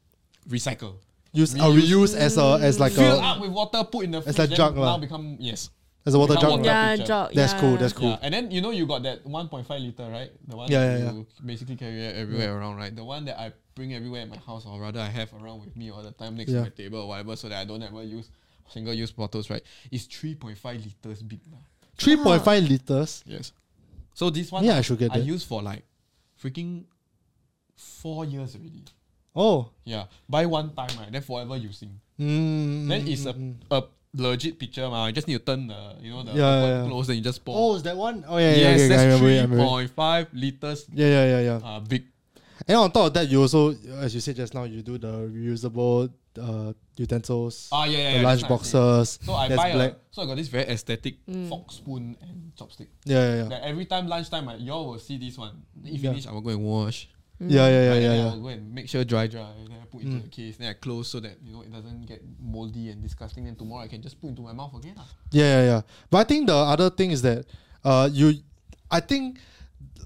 Speaker 2: recycle.
Speaker 1: Use or reuse as a as like
Speaker 2: Fill
Speaker 1: a
Speaker 2: up with water, put in the fridge,
Speaker 1: like
Speaker 2: then
Speaker 1: jug lah.
Speaker 2: now become yes.
Speaker 1: as a water
Speaker 2: Become
Speaker 1: jug.
Speaker 2: water.
Speaker 1: lah.
Speaker 3: yeah,
Speaker 2: picture.
Speaker 3: drop.
Speaker 1: That's
Speaker 3: yeah.
Speaker 1: cool, that's cool.
Speaker 2: Yeah, and then you know you got that 1.5 liter, right? The one
Speaker 1: Yeah,
Speaker 2: that
Speaker 1: yeah,
Speaker 2: you basically carry it everywhere around, right? The one that I bring everywhere at my house, or rather, I have around with me all the time next
Speaker 1: Yeah.
Speaker 2: to my table or whatever, so that I don't ever use single use bottles, right? It's 3.5 liters big. lah.
Speaker 1: Three point five liters.
Speaker 2: Yes. So this one,
Speaker 1: Yeah, I should get
Speaker 2: I
Speaker 1: that.
Speaker 2: use for like freaking four years already.
Speaker 1: Oh.
Speaker 2: Yeah, buy one time, right? Then forever using.
Speaker 1: Mm,
Speaker 2: Then it's a,
Speaker 1: mm, mm.
Speaker 2: a legit picture, ma. You just need to turn the you know the
Speaker 1: Yeah,
Speaker 2: open
Speaker 1: yeah, yeah.
Speaker 2: close, then you just pour.
Speaker 1: Oh, is that one? Oh yeah, yeah,
Speaker 2: yes,
Speaker 1: yeah. okay, I
Speaker 2: that's
Speaker 1: remember it, I
Speaker 2: three
Speaker 1: remember it.
Speaker 2: point five liters.
Speaker 1: Yeah, yeah, yeah, yeah.
Speaker 2: Uh, big.
Speaker 1: And on top of that, you also, as you said just now, you do the reusable uh, utensils,
Speaker 2: Ah, yeah, yeah.
Speaker 1: the
Speaker 2: yeah, that's
Speaker 1: lunch
Speaker 2: what I'm saying.
Speaker 1: boxes.
Speaker 2: So I
Speaker 1: that's
Speaker 2: buy
Speaker 1: black.
Speaker 2: a, so I got this very aesthetic fork, spoon, and chopstick.
Speaker 1: Yeah, yeah, yeah.
Speaker 2: Like every time lunchtime, I, y'all will see this one. Then If
Speaker 1: Yeah.
Speaker 2: finish, I will go and wash.
Speaker 1: Yeah, yeah, yeah,
Speaker 2: right,
Speaker 1: yeah,
Speaker 2: and then
Speaker 1: yeah.
Speaker 2: I will go and make sure dry, dry. and Then I put into
Speaker 1: Mm.
Speaker 2: the case. Then I close so that you know it doesn't get moldy and disgusting. Then tomorrow I can just put into my mouth again. ah. lah.
Speaker 1: Yeah, yeah, yeah. But I think the other thing is that uh you I think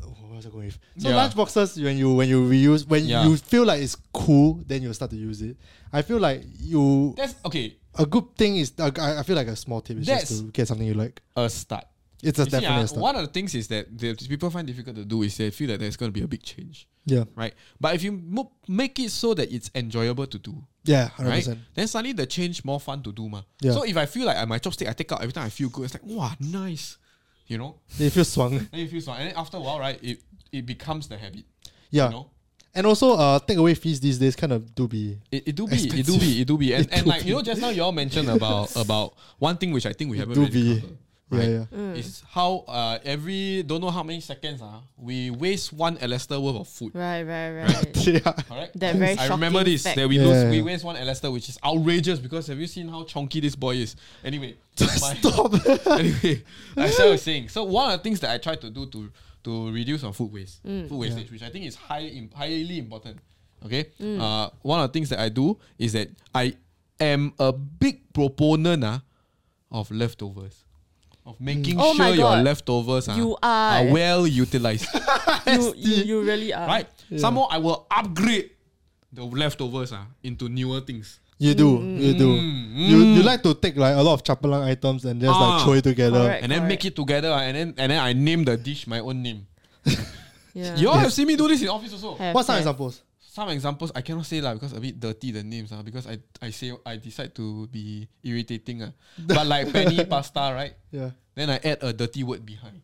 Speaker 1: what was I going with? So
Speaker 2: Yeah.
Speaker 1: lunch boxes when you when you reuse when
Speaker 2: Yeah.
Speaker 1: you feel like it's cool, then you start to use it. I feel like you
Speaker 2: That's okay.
Speaker 1: a good thing is I, I I feel like a small tip is
Speaker 2: That's-
Speaker 1: just to get something you like.
Speaker 2: A start.
Speaker 1: It's a
Speaker 2: You see, ah,
Speaker 1: definite start.
Speaker 2: one of the things is that the people find difficult to do is they feel that there's going to be a big change,
Speaker 1: Yeah.
Speaker 2: right? But if you mo- make it so that it's enjoyable to do,
Speaker 1: Yeah, hundred
Speaker 2: right?
Speaker 1: percent.
Speaker 2: Then suddenly the change more fun to do, ma.
Speaker 1: Yeah.
Speaker 2: So if I feel like uh, my chopstick, I take out every time I feel good. It's like wow, nice, you know.
Speaker 1: They feel swung.
Speaker 2: Then you feel so, and then after a while, right? It it becomes the habit.
Speaker 1: Yeah.
Speaker 2: You know?
Speaker 1: And also uh takeaway fees these days kind of do be
Speaker 2: It, it do be, it do be, it do be, and, and like you know, just now you all mentioned about about one thing which I think we haven't
Speaker 1: do
Speaker 2: really
Speaker 1: be.
Speaker 2: covered,
Speaker 1: Yeah,
Speaker 2: right?
Speaker 1: yeah.
Speaker 2: Is how uh every don't know how many seconds uh, we waste one Alistair worth of food.
Speaker 3: Right, right, right.
Speaker 1: yeah.
Speaker 2: Correct.
Speaker 3: That very
Speaker 2: I remember
Speaker 3: shocking
Speaker 2: this
Speaker 3: fact.
Speaker 2: that we
Speaker 1: Yeah,
Speaker 2: lose,
Speaker 1: yeah,
Speaker 2: we
Speaker 1: yeah.
Speaker 2: waste one Alistair, which is outrageous because have you seen how chunky this boy is? Anyway, my-
Speaker 1: Stop.
Speaker 2: anyway, as I was saying, so one of the things that I try to do to to reduce on food waste,
Speaker 3: Mm.
Speaker 2: food wastage, which I think is high, im- highly important. Okay,
Speaker 3: Mm.
Speaker 2: uh, one of the things that I do is that I am a big proponent ah, of leftovers, of making
Speaker 3: Oh my
Speaker 2: sure your
Speaker 3: God.
Speaker 2: leftovers ah,
Speaker 3: You are-
Speaker 2: well utilized.
Speaker 3: you, you, you really are.
Speaker 2: right? Somehow I will upgrade the leftovers ah, into newer things.
Speaker 1: You do, you do. You you like to take like a lot of chapalang items and just
Speaker 2: Mm-hmm. Ah.
Speaker 1: like throw it together.
Speaker 3: Correct.
Speaker 2: And then make it together, ah, and then and then I name the dish my own name.
Speaker 3: Yeah.
Speaker 2: You all have seen me do this in office also.
Speaker 3: Have-
Speaker 1: What's some
Speaker 3: have.
Speaker 1: examples?
Speaker 2: Some examples I cannot say lah because a bit dirty the names ah because I I say I decide to be irritating ah. But like penny pasta right,
Speaker 1: Yeah.
Speaker 2: then I add a dirty word behind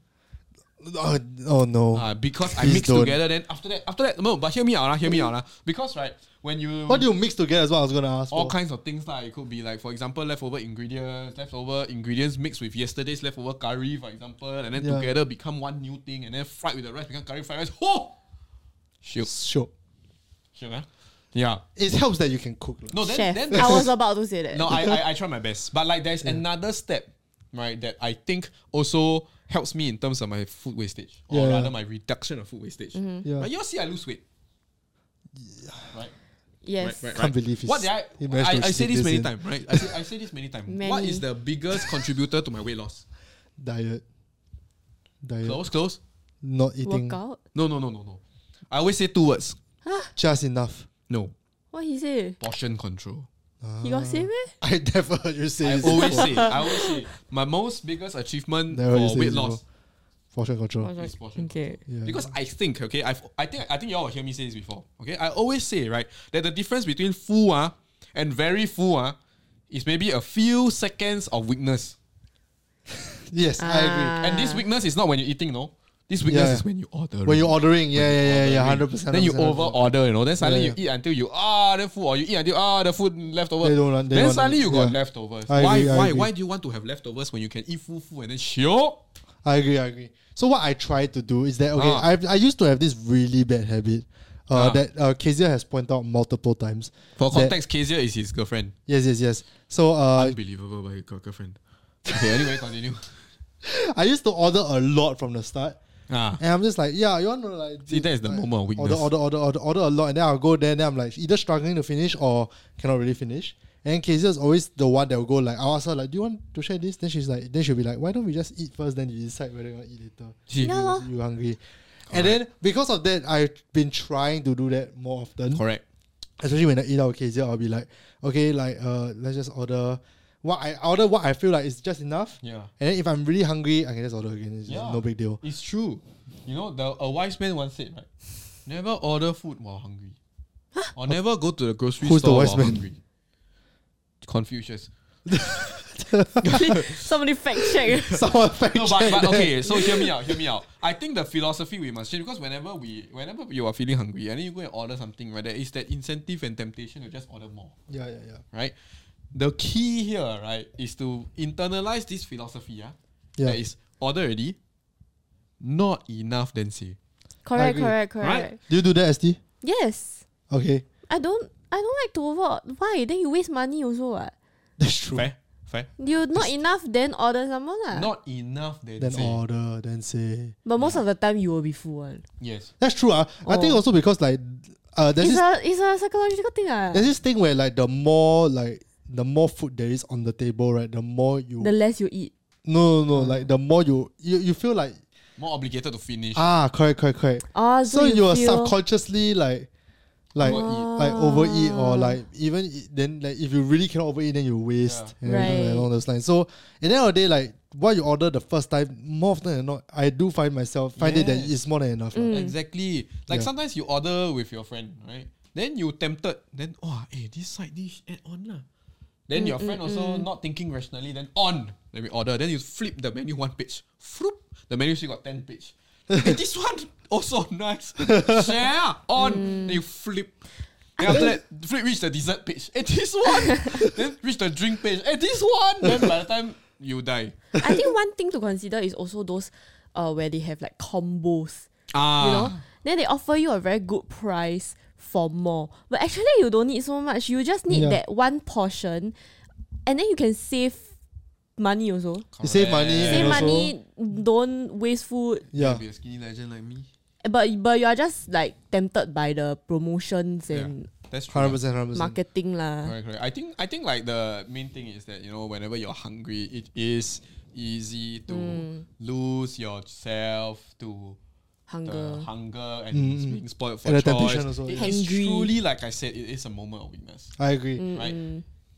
Speaker 1: Oh, oh no.
Speaker 2: ah because I
Speaker 1: Please
Speaker 2: mix
Speaker 1: don't.
Speaker 2: together. Then after that after that no but hear me out lah hear me out lah because right when you
Speaker 1: what do you mix together is what I was gonna ask.
Speaker 2: all
Speaker 1: for.
Speaker 2: kinds of things lah it could be like for example leftover ingredients leftover ingredients mixed with yesterday's leftover curry for example and then
Speaker 1: Yeah.
Speaker 2: together become one new thing and then fried with the rice become curry fried rice. Ho, shoot
Speaker 1: Sure.
Speaker 2: shoot ah. yeah.
Speaker 1: It helps that you can cook. lah.
Speaker 2: No, then,
Speaker 3: Chef.
Speaker 2: then
Speaker 3: I
Speaker 2: there's-
Speaker 3: was about to say that.
Speaker 2: No, I, I I try my best. But like there's another step, right, that I think also helps me in terms of my food wastage. Or
Speaker 1: Yeah. Mm-hmm.
Speaker 2: rather my reduction of food wastage.
Speaker 1: Yeah.
Speaker 2: But you all see I lose weight. Right.
Speaker 3: yes.
Speaker 2: Right, right,
Speaker 1: Can't believe he's,
Speaker 2: What did I
Speaker 1: he managed
Speaker 2: I,
Speaker 1: to
Speaker 2: I say
Speaker 1: sneak
Speaker 2: this many
Speaker 1: in.
Speaker 2: times, right? I say, I say this many times. What
Speaker 3: Many.
Speaker 2: is the biggest contributor to my weight loss?
Speaker 1: Diet. Diet.
Speaker 2: Close, close.
Speaker 1: Not eating.
Speaker 3: Workout.
Speaker 2: No, no, no, no, no. I always say two words.
Speaker 1: Just enough.
Speaker 2: No.
Speaker 3: What he say?
Speaker 2: Portion control.
Speaker 3: He
Speaker 1: Ah.
Speaker 3: got say meh?
Speaker 1: I never heard you say
Speaker 2: I
Speaker 1: this.
Speaker 2: always
Speaker 1: before.
Speaker 2: say, I always say my most biggest achievement
Speaker 1: Never used
Speaker 2: for
Speaker 1: to
Speaker 2: weight
Speaker 1: use it
Speaker 2: loss
Speaker 1: Portion control.
Speaker 2: is portion
Speaker 3: Okay.
Speaker 1: Yeah.
Speaker 2: Because I think, okay, I've, I think I think y'all will hear me say this before. Okay, I always say right that the difference between full ah and very full ah is maybe a few seconds of weakness.
Speaker 1: yes, I agree.
Speaker 2: And
Speaker 3: Ah.
Speaker 2: this weakness is not when you're eating, no. This weakness
Speaker 1: Yeah.
Speaker 2: is when you order.
Speaker 1: When you're ordering, yeah, yeah, yeah, yeah,
Speaker 2: ordering.
Speaker 1: hundred percent.
Speaker 2: Then you over order, you know. Then suddenly
Speaker 1: Yeah,
Speaker 2: you eat until you ah the food, or you eat until ah the food leftover.
Speaker 1: They don't want- they
Speaker 2: then
Speaker 1: want-
Speaker 2: suddenly you got
Speaker 1: yeah.
Speaker 2: leftovers.
Speaker 1: I
Speaker 2: why
Speaker 1: agree, I
Speaker 2: why
Speaker 1: agree.
Speaker 2: why do you want to have leftovers when you can eat full food and then shio?
Speaker 1: I agree, I agree. So what I try to do is that okay,
Speaker 2: Ah.
Speaker 1: I I used to have this really bad habit uh,
Speaker 2: Ah.
Speaker 1: that uh, Kezia has pointed out multiple times.
Speaker 2: For
Speaker 1: that-
Speaker 2: context, Kezia is his girlfriend.
Speaker 1: yes, yes, yes. So uh,
Speaker 2: Unbelievable by your girlfriend. Okay, anyway, continue.
Speaker 1: I used to order a lot from the start,
Speaker 2: Ah.
Speaker 1: and I'm just like, yeah, you want to like
Speaker 2: See, that is the
Speaker 1: like,
Speaker 2: moment of weakness.
Speaker 1: Order, order, order, order, order a lot, and then I'll go there, and then I'm like either struggling to finish or cannot really finish. And Kezia is always the one that will go like, I'll ask her like, do you want to share this? Then she's like, then she'll be like, why don't we just eat first, then you decide whether you want to eat later.
Speaker 2: She-
Speaker 3: Yeah lah.
Speaker 1: You hungry? And then because of that, I've been trying to do that more often.
Speaker 2: Correct.
Speaker 1: especially when I eat out Kezia, I'll be like, okay, like uh, let's just order what I order what I feel like is just enough.
Speaker 2: Yeah.
Speaker 1: And then if I'm really hungry, I can just order again. It's
Speaker 2: Yeah.
Speaker 1: just no big deal.
Speaker 2: It's true. You know, the a wise man once said, right? Never order food while hungry. or never go to the grocery
Speaker 1: Who's the
Speaker 2: store
Speaker 1: wise
Speaker 2: while
Speaker 1: man?
Speaker 2: hungry. Confucius.
Speaker 3: Somebody fact check.
Speaker 1: Someone fact
Speaker 2: No, but,
Speaker 1: check
Speaker 2: but
Speaker 1: that.
Speaker 2: okay, so hear me out, hear me out. I think the philosophy we must change because whenever we whenever you are feeling hungry and then you go and order something, right, there is that incentive and temptation to just order more.
Speaker 1: Yeah, yeah, yeah.
Speaker 2: right? the key here, right, is to internalize this philosophy, yeah.
Speaker 1: Yeah.
Speaker 2: That is order already, not enough then say.
Speaker 3: Correct,
Speaker 1: agree.
Speaker 3: correct, correct.
Speaker 2: Right?
Speaker 1: Do you do that, ST?
Speaker 3: Yes.
Speaker 1: Okay.
Speaker 3: I don't I don't like to over why? Then you waste money also what?
Speaker 1: That's true.
Speaker 2: Fair? Fair?
Speaker 3: You not enough then order someone lah.
Speaker 2: Not enough then,
Speaker 1: Then
Speaker 2: say.
Speaker 1: order, then say.
Speaker 3: But most of the time you will be full one.
Speaker 2: Yes.
Speaker 1: That's true. Uh. I think
Speaker 3: Oh.
Speaker 1: also because like uh, there's
Speaker 3: It's
Speaker 1: this
Speaker 3: a it's a psychological thing ah.
Speaker 1: there's this thing where like the more like the more food there is on the table, right? The more you
Speaker 3: The less you eat.
Speaker 1: no no no like the more you you, you feel like
Speaker 2: More obligated to finish.
Speaker 1: ah correct correct correct.
Speaker 3: Oh, so,
Speaker 1: So, you are
Speaker 3: feel-
Speaker 1: subconsciously like like
Speaker 2: Overeat.
Speaker 1: like overeat or like even i- then like if you really cannot overeat then you waste
Speaker 3: Yeah.
Speaker 1: and everything
Speaker 3: Right.
Speaker 1: along those lines. So at the end of the day, like what you order the first time, more often than not, I do find myself find it that it's
Speaker 2: Yes.
Speaker 1: more than enough.
Speaker 3: Mm.
Speaker 1: lah.
Speaker 2: Exactly. Like
Speaker 1: Yeah.
Speaker 2: sometimes you order with your friend, right? Then you tempted. Then oh, eh, this side dish add on lah. Then
Speaker 3: Mm,
Speaker 2: your friend also not thinking rationally. Then on. Then we order. Then you flip the menu one page. Froop. The menu still got ten page. eh, this one also nice. Share on.
Speaker 3: Mm.
Speaker 2: Then you flip. Then after that, flip reach the dessert page. Eh, this one. then reach the drink page. Eh, this one. Then by the time you die.
Speaker 3: I think one thing to consider is also those uh where they have like combos.
Speaker 2: Ah.
Speaker 3: You know? Then they offer you a very good price for more. But actually you don't need so much. You just need
Speaker 1: Yeah.
Speaker 3: that one portion and then you can save money also.
Speaker 1: You save money
Speaker 2: Correct.
Speaker 1: and
Speaker 3: Save
Speaker 1: also-
Speaker 3: money, don't waste food.
Speaker 1: Yeah.
Speaker 2: Be a skinny legend like me.
Speaker 3: But but you are just like tempted by the promotions
Speaker 2: Yeah.
Speaker 3: and
Speaker 2: That's true.
Speaker 1: Hundred percent, hundred percent.
Speaker 3: marketing lah.
Speaker 2: Correct, correct. I think I think like the main thing is that you know whenever you're hungry, it is easy to
Speaker 3: Mm.
Speaker 2: lose yourself to the
Speaker 3: Hunger.
Speaker 2: hunger and
Speaker 1: Mm, mm.
Speaker 2: being spoiled for
Speaker 1: And the
Speaker 2: choice.
Speaker 1: temptation also,
Speaker 2: It
Speaker 1: yeah.
Speaker 2: is
Speaker 3: Hungry.
Speaker 2: truly like I said, it is a moment of weakness.
Speaker 1: I agree.
Speaker 3: Mm.
Speaker 2: Right?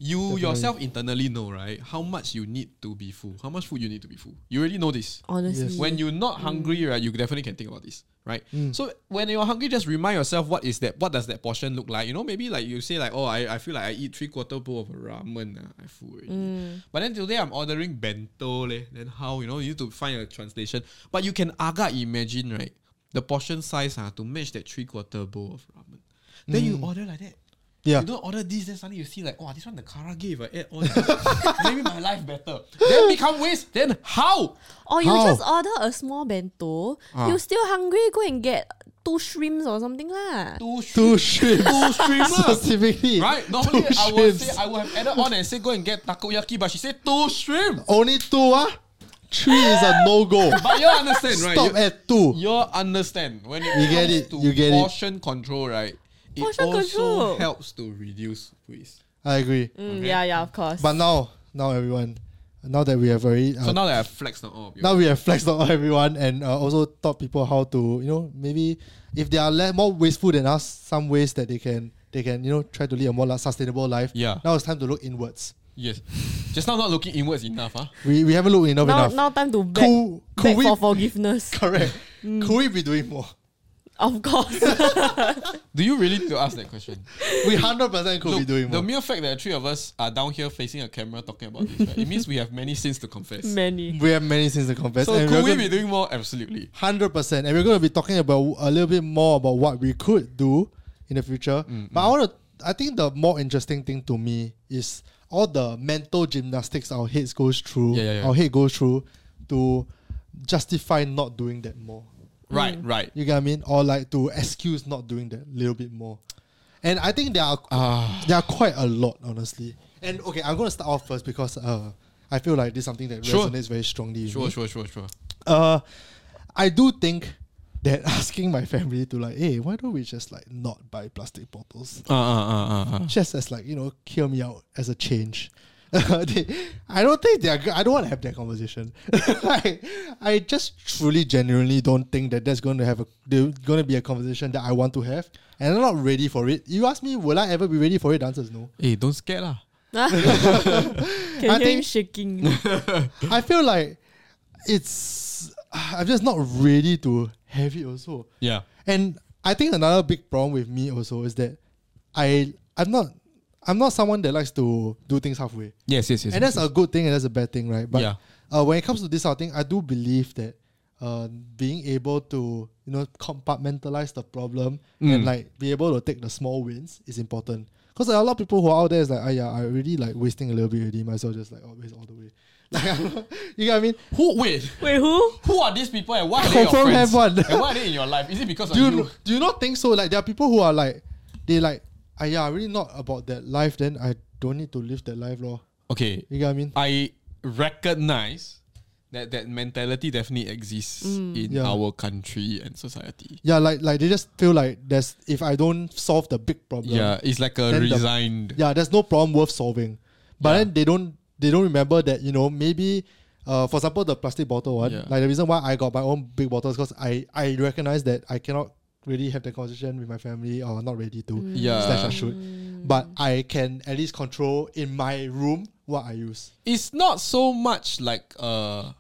Speaker 2: You yourself internally know, right? How much you need to be full. How much food you need to be full. You already know this.
Speaker 3: Honestly.
Speaker 1: Yes.
Speaker 2: When you're not hungry, right, you definitely can think about this, right?
Speaker 1: Mm.
Speaker 2: So when you're hungry, just remind yourself what is that? What does that portion look like? You know, maybe like you say like, oh, I, I feel like I eat three quarter bowl of ramen, ah, I full already.
Speaker 1: Mm.
Speaker 2: But then today I'm ordering bento leh. Then how you know you need to find a translation? But you can aga imagine right the portion size ah to match that three quarter bowl of ramen. Then you order like that.
Speaker 1: Mm. Yeah.
Speaker 2: You don't order this, then suddenly you see like, oh, this one the karage if I add on, maybe my life better. Then become waste. Then how?
Speaker 3: Or you
Speaker 1: How?
Speaker 3: just order a small bento. You still hungry? Go and get two shrimps or something lah.
Speaker 2: Two
Speaker 1: Two shrimp.
Speaker 2: Two shrimp lah.
Speaker 1: Specifically.
Speaker 2: Right? Normally
Speaker 1: Two
Speaker 2: I would
Speaker 1: shrimps.
Speaker 2: say I would have added on and say go and get takoyaki, but she said two shrimp.
Speaker 1: Only two, ah? Three is a no go.
Speaker 2: But you understand, right?
Speaker 1: Stop
Speaker 2: You-
Speaker 1: at two.
Speaker 2: you understand when it
Speaker 1: You get
Speaker 2: comes
Speaker 1: it,
Speaker 2: to
Speaker 1: you get it.
Speaker 2: portion control, right? It
Speaker 3: Portion
Speaker 2: also
Speaker 3: control.
Speaker 2: helps to reduce waste.
Speaker 1: I agree.
Speaker 3: Mm,
Speaker 2: Okay.
Speaker 3: Yeah, yeah, of course.
Speaker 1: But now, now everyone, now that we have already, uh,
Speaker 2: So
Speaker 1: now,
Speaker 2: now that I've flexed on all of you,
Speaker 1: we have flexed on everyone and uh, also taught people how to, you know, maybe if they are le- more wasteful than us, some ways that they can, they can, you know, try to lead a more la- sustainable life.
Speaker 2: Yeah.
Speaker 1: Now it's time to look inwards.
Speaker 2: yes, just now not looking inwards enough, huh?
Speaker 1: We, we haven't looked enough
Speaker 3: now,
Speaker 1: enough.
Speaker 3: now time to beg,
Speaker 1: could, could
Speaker 3: beg
Speaker 1: we
Speaker 3: for Mm. forgiveness.
Speaker 1: correct? Could we be doing more?
Speaker 3: of course.
Speaker 2: Do you really need to ask that question?
Speaker 1: We hundred percent could
Speaker 2: Look,
Speaker 1: be doing
Speaker 2: the
Speaker 1: more.
Speaker 2: mere fact that three of us are down here facing a camera talking about this, right, it means we have many sins to confess.
Speaker 3: Many.
Speaker 1: we have many sins to confess.
Speaker 2: So
Speaker 1: and
Speaker 2: could we
Speaker 1: we're
Speaker 2: be doing more? Absolutely.
Speaker 1: Hundred percent, and we're going to be talking about a little bit more about what we could do in the
Speaker 2: Mm,
Speaker 1: future. But I want to. I think the more interesting thing to me is all the mental gymnastics our heads goes through.
Speaker 2: Yeah, yeah, yeah.
Speaker 1: Our head goes through to justify not doing that more.
Speaker 2: Right,
Speaker 1: Mm.
Speaker 2: right.
Speaker 1: You get what I mean? Or like to excuse not doing that little bit more. And I think there are
Speaker 2: Ah.
Speaker 1: there are quite a lot, honestly. And okay, I'm gonna start off first because uh, I feel like this is something that
Speaker 2: Sure.
Speaker 1: resonates very strongly. with me.
Speaker 2: Sure, sure, sure, sure.
Speaker 1: Uh, I do think that asking my family to like, hey, why don't we just like not buy plastic bottles?
Speaker 2: Uh, uh, uh, uh, uh.
Speaker 1: Just as like you know, kill me out as a change. They- I don't think they're. I don't want to have that conversation. like, I just truly, genuinely don't think that that's going to have a going to be a conversation that I want to have, and I'm not ready for it. You ask me, will I ever be ready for it? The answer is no.
Speaker 2: Hey, Eh, don't scare lah.
Speaker 3: Can
Speaker 1: I
Speaker 3: hear him
Speaker 1: think-
Speaker 3: shaking.
Speaker 1: I feel like it's. I'm just not ready to have it. Also,
Speaker 2: Yeah.
Speaker 1: And I think another big problem with me also is that I I'm not I'm not someone that likes to do things halfway.
Speaker 2: Yes, yes, yes.
Speaker 1: and that's a good thing and that's a bad thing, right? But
Speaker 2: Yeah.
Speaker 1: uh, when it comes to this sort of thing, I do believe that uh, being able to you know compartmentalize the problem and
Speaker 2: Mm.
Speaker 1: like be able to take the small wins is important. Because there are a lot of people who are out there is like, ah, yeah, I already like wasting a little bit already. Might as well just like always all the way. Like, you know what I mean?
Speaker 2: Who wait?
Speaker 3: Wait, who?
Speaker 2: Who are these people and why are they your
Speaker 1: Confirm have one.
Speaker 2: friends? and why are they in your life? Is it because
Speaker 1: do
Speaker 2: of you?
Speaker 1: you, do you not think so? Like there are people who are like, they like, ah, yeah, I'm really not about that life. Then I don't need to live that life, lor.
Speaker 2: Okay,
Speaker 1: You know what I mean?
Speaker 2: I recognize that that mentality definitely exists in
Speaker 1: Yeah.
Speaker 2: our country and society.
Speaker 1: Yeah, like like they just feel like there's if I don't solve the big problem,
Speaker 2: Yeah, it's like a
Speaker 1: Then the-
Speaker 2: resigned.
Speaker 1: yeah, there's no problem worth solving. But
Speaker 2: Yeah.
Speaker 1: then they don't they don't remember that you know maybe. Uh, for example, the plastic bottle one.
Speaker 2: Yeah.
Speaker 1: Like the reason why I got my own big bottle is because I I recognize that I cannot really have the conversation with my family or not ready to
Speaker 2: Yeah.
Speaker 1: slash I should, but I can at least control in my room what I use.
Speaker 2: it's not so much like a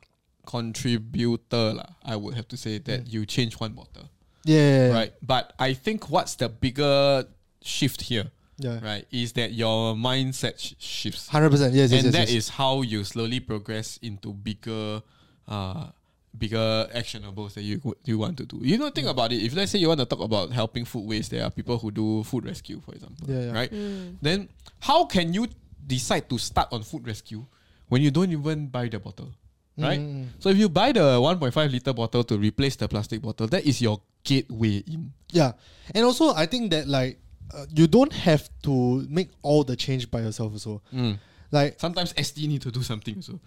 Speaker 2: contributor lah. I would have to say that you change one bottle,
Speaker 1: Yeah,
Speaker 2: right? But I think what's the bigger shift here,
Speaker 1: yeah,
Speaker 2: right, is that your mindset sh- shifts,
Speaker 1: hundred percent. Yes, yes,
Speaker 2: and
Speaker 1: yes.
Speaker 2: that is
Speaker 1: yes.
Speaker 2: how you slowly progress into bigger, uh, bigger actionables that you w- you want to do. You don't think about it. If let's say you want to talk about helping food waste, there are people who do food rescue, for example,
Speaker 1: Yeah, yeah.
Speaker 2: right? Then how can you decide to start on food rescue when you don't even buy the bottle,
Speaker 1: Mm-hmm.
Speaker 2: right? So if you buy the 1.5 liter bottle to replace the plastic bottle, that is your gateway in.
Speaker 1: Yeah, and also I think that like uh, you don't have to make all the change by yourself. Also,
Speaker 2: Mm.
Speaker 1: like
Speaker 2: Sometimes SD need to do something. So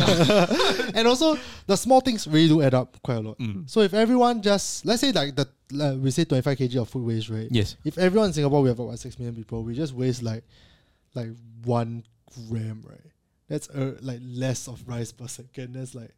Speaker 1: and also the small things really do add up quite a lot.
Speaker 2: Mm.
Speaker 1: So if everyone just let's say like the like we say twenty five kg of food waste, right?
Speaker 2: yes,
Speaker 1: If everyone in Singapore we have about six million people, we just waste like like one gram, right? That's uh, like less of rice per second. That's like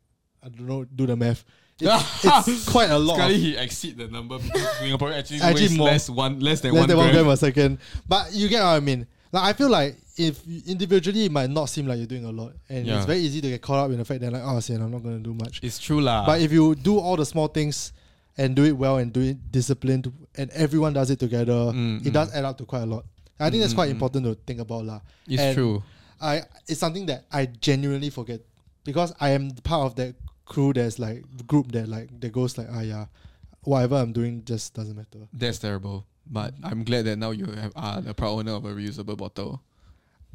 Speaker 1: I don't know, do the math. It's, it's quite a lot. of-
Speaker 2: Sekali he exceed the number because Singaporean actually,
Speaker 1: Actually
Speaker 2: weighs
Speaker 1: more.
Speaker 2: less one less than
Speaker 1: less
Speaker 2: one
Speaker 1: than one
Speaker 2: gram.
Speaker 1: gram a second. But you get what I mean. Like I feel like if you- individually it might not seem like you're doing a lot, and
Speaker 2: Yeah.
Speaker 1: it's very easy to get caught up in the fact that like oh, see, I'm not gonna do much.
Speaker 2: It's true lah.
Speaker 1: But if you do all the small things and do it well and do it disciplined, and everyone does it together,
Speaker 2: Mm,
Speaker 1: it does add up to quite a lot. I think that's quite
Speaker 2: Mm, mm, mm.
Speaker 1: important to think about lah.
Speaker 2: it's
Speaker 1: and-
Speaker 2: true.
Speaker 1: I it's something that I genuinely forget because I am part of that crew that's like group that like that goes like ah yeah, whatever I'm doing just doesn't matter.
Speaker 2: That's terrible. But I'm glad that now you have, are the proud owner of a reusable bottle.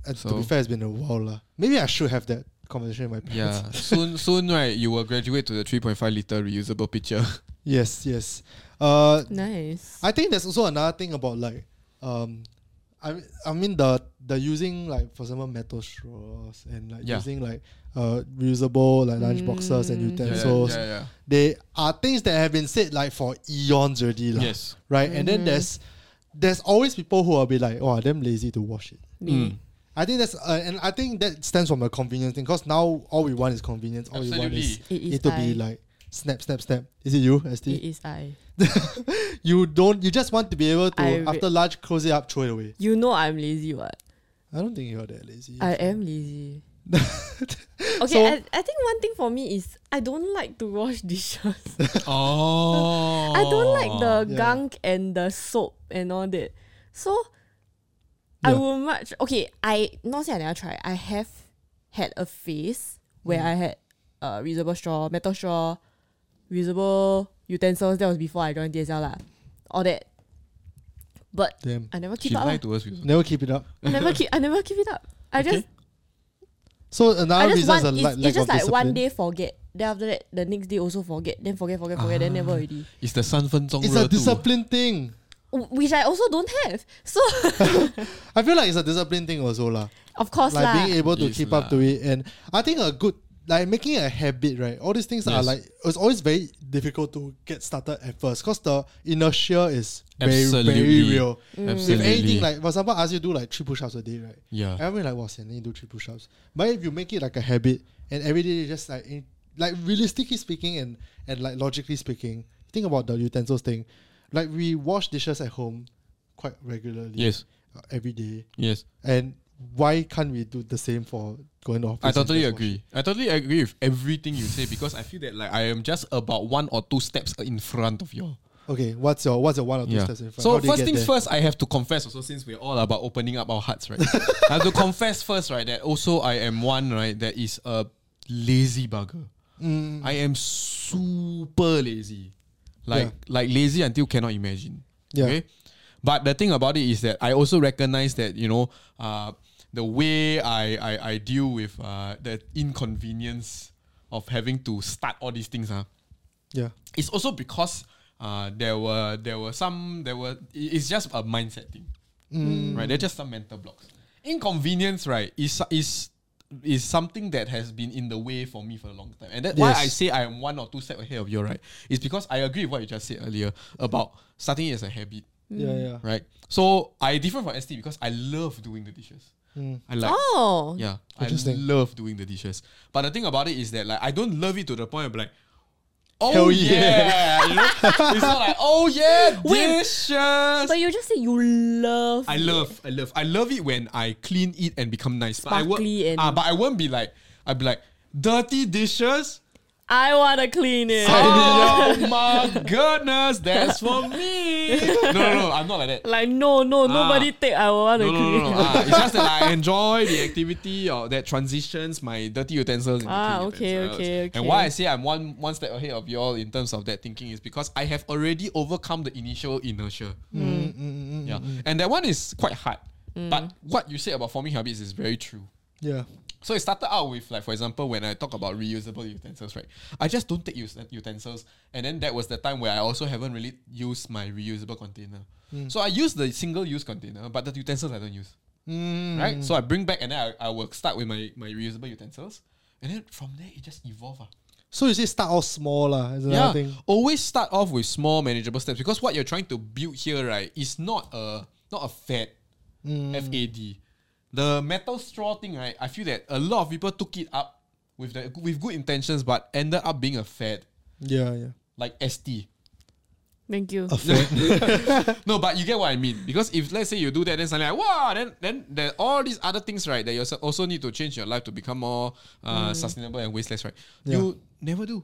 Speaker 1: And Uh, to
Speaker 2: So-
Speaker 1: be fair, it's been a while lah. Maybe I should have that conversation with my parents.
Speaker 2: Yeah. soon, soon, right? You will graduate to the 3.5 liter reusable pitcher.
Speaker 1: Yes, yes. Uh,
Speaker 3: Nice.
Speaker 1: I think there's also another thing about like, um, I mean- I mean the the using like for example metal straws and like
Speaker 2: Yeah.
Speaker 1: using like uh reusable like lunch boxes and
Speaker 3: Mm. Yeah,
Speaker 2: yeah,
Speaker 1: utensils.
Speaker 2: yeah, yeah.
Speaker 1: They are things that have been said like for eons already, lah.
Speaker 2: Yes.
Speaker 1: Right, and
Speaker 3: Mm.
Speaker 1: then there's there's always people who will be like, "Oh, I'm lazy to wash it."
Speaker 2: Mm.
Speaker 1: I think that's uh, and I think that stems from a convenience thing because now all we want is convenience. All we want is
Speaker 2: Absolutely.
Speaker 3: It is
Speaker 1: it to
Speaker 3: I.
Speaker 1: be like snap, snap, snap. Is it you, ST?
Speaker 3: it is I.
Speaker 1: you don't you just want to be able to
Speaker 3: I re-
Speaker 1: after lunch close it up throw it away
Speaker 3: You know I'm lazy, what?
Speaker 1: i don't think you're that lazy
Speaker 3: I am lazy. okay,
Speaker 1: So-
Speaker 3: I, I think one thing for me is I don't like to wash dishes.
Speaker 2: Oh.
Speaker 3: I don't like the
Speaker 1: Yeah.
Speaker 3: gunk and the soap and all that. So I
Speaker 1: Yeah.
Speaker 3: would much okay. I not say I never try. I have had a phase where
Speaker 2: Mm.
Speaker 3: I had uh, reusable straw, metal straw, reusable utensils. That was before I joined DSL lah. All that, but
Speaker 1: damn
Speaker 3: I never keep
Speaker 2: She
Speaker 3: up. lah.
Speaker 2: lied to us. Wilson.
Speaker 1: never keep it up
Speaker 3: I never keep. I never keep it up. I
Speaker 2: Okay.
Speaker 3: just.
Speaker 1: so another
Speaker 3: I just
Speaker 1: reason
Speaker 3: want.
Speaker 1: is a
Speaker 3: It's,
Speaker 1: la- lack
Speaker 3: it's
Speaker 1: of
Speaker 3: just like one
Speaker 1: discipline.
Speaker 3: day forget. Then after that, the next day also forget. Then forget, forget, forget. then
Speaker 2: Ah.
Speaker 3: never already.
Speaker 2: It's the San Fen Zong
Speaker 1: it's a discipline thing
Speaker 3: Wh- Which I also don't have. So
Speaker 1: i feel like it's a discipline thing also lah.
Speaker 3: of course
Speaker 1: like
Speaker 3: lah.
Speaker 1: being able to
Speaker 2: Yes
Speaker 1: keep
Speaker 2: lah.
Speaker 1: up to it and i think a good like making it a habit right all these things are
Speaker 2: Yes.
Speaker 1: like it's always very difficult to get started at first because the inertia is very very
Speaker 2: Absolutely.
Speaker 1: real Mm. if
Speaker 2: Absolutely.
Speaker 1: anything like for example ask you do like three push-ups a day right
Speaker 2: yeah.
Speaker 1: I mean, like, wow, then you do three push-ups. But if you make it like a habit, and every day you just like, in, like realistically speaking, and and like logically speaking, think about the utensils thing. Like we wash dishes at home quite regularly,
Speaker 2: Yes.
Speaker 1: uh, every day.
Speaker 2: Yes.
Speaker 1: And why can't we do the same for going to office?
Speaker 2: I
Speaker 1: and
Speaker 2: totally
Speaker 1: just wash?
Speaker 2: agree. I totally agree with everything you say because I feel that like I am just about one or two steps in front of you.
Speaker 1: Okay, what's your what's your one or two steps in front? How
Speaker 2: So
Speaker 1: do you
Speaker 2: first
Speaker 1: get
Speaker 2: things
Speaker 1: there?
Speaker 2: first, I have to confess also since we're all about opening up our hearts, right? I have to confess first, right, that also I am one, right, that is a lazy bugger.
Speaker 1: Mm.
Speaker 2: I am super lazy. Like like lazy until cannot imagine.
Speaker 1: Yeah.
Speaker 2: Okay. But the thing about it is that I also recognize that you know uh, the way I, I I deal with uh, the inconvenience of having to start all these things. Huh?
Speaker 1: Yeah.
Speaker 2: It's also because uh, there were there were some there were i- it's just a mindset thing,
Speaker 1: Mm.
Speaker 2: right? They're just some mental blocks. Inconvenience, right, is is is something that has been in the way for me for a long time, and that's why
Speaker 1: Yes.
Speaker 2: I say I am one or two steps ahead of you, right? It's because I agree with what you just said earlier about starting it as a habit,
Speaker 3: Mm.
Speaker 1: Yeah, yeah.
Speaker 2: right? So I different from ST because I love doing the dishes.
Speaker 1: Mm.
Speaker 2: I like
Speaker 3: Oh,
Speaker 2: yeah, I
Speaker 1: Interesting.
Speaker 2: love doing the dishes. But the thing about it is that like I don't love it to the point of like, oh
Speaker 1: Hell
Speaker 2: yeah, you know? it's not like oh yeah
Speaker 3: Wait,
Speaker 2: dishes.
Speaker 3: but you just say you love.
Speaker 2: I love, I love, I love it when I clean it and become nice. But I won't,
Speaker 3: Sparkly and-
Speaker 2: ah, but I won't be like I'd be like dirty dishes.
Speaker 3: I wanna clean it.
Speaker 2: Oh my goodness, that's for me. No, no, no, I'm not like that.
Speaker 3: Like no, no, nobody take. I
Speaker 2: Ah.
Speaker 3: wanna
Speaker 2: No, no,
Speaker 3: clean.
Speaker 2: no, no. Ah, it's just that I enjoy the activity or that transitions my dirty utensils. Into
Speaker 3: Ah,
Speaker 2: clean
Speaker 3: okay,
Speaker 2: utensils.
Speaker 3: okay,
Speaker 2: And
Speaker 3: okay.
Speaker 2: why I say I'm one one step ahead of you all in terms of that thinking is because I have already overcome the initial inertia.
Speaker 3: Mm,
Speaker 2: mm, Yeah, and that one is quite hard. But what you say about forming habits is very true.
Speaker 1: Yeah.
Speaker 2: So it started out with like, for example, when I talk about reusable utensils, right? I just don't take use- utensils, and then that was the time where I also haven't really used my reusable container. So I use the single-use container, but the utensils I don't use,
Speaker 1: Mm.
Speaker 2: right? So I bring back, and then I, I will start with my, my reusable utensils, and then from there it just ah. evolves.
Speaker 1: So you say start off small lah. Is another thing.
Speaker 2: Always start off with small manageable steps because what you're trying to build here, right, is not a not a fad.
Speaker 1: Mm.
Speaker 2: F A D. The metal straw thing, right? I feel that a lot of people took it up with the with good intentions but ended up being a fad.
Speaker 1: Yeah, yeah.
Speaker 2: Like ST.
Speaker 3: Thank you.
Speaker 2: No, but you get what I mean. Because if let's say you do that, then suddenly like, wow, then then there are all these other things, right, that you also- also need to change your life to become more uh, sustainable and wasteless, right?
Speaker 1: Mm. Yeah.
Speaker 2: You never do.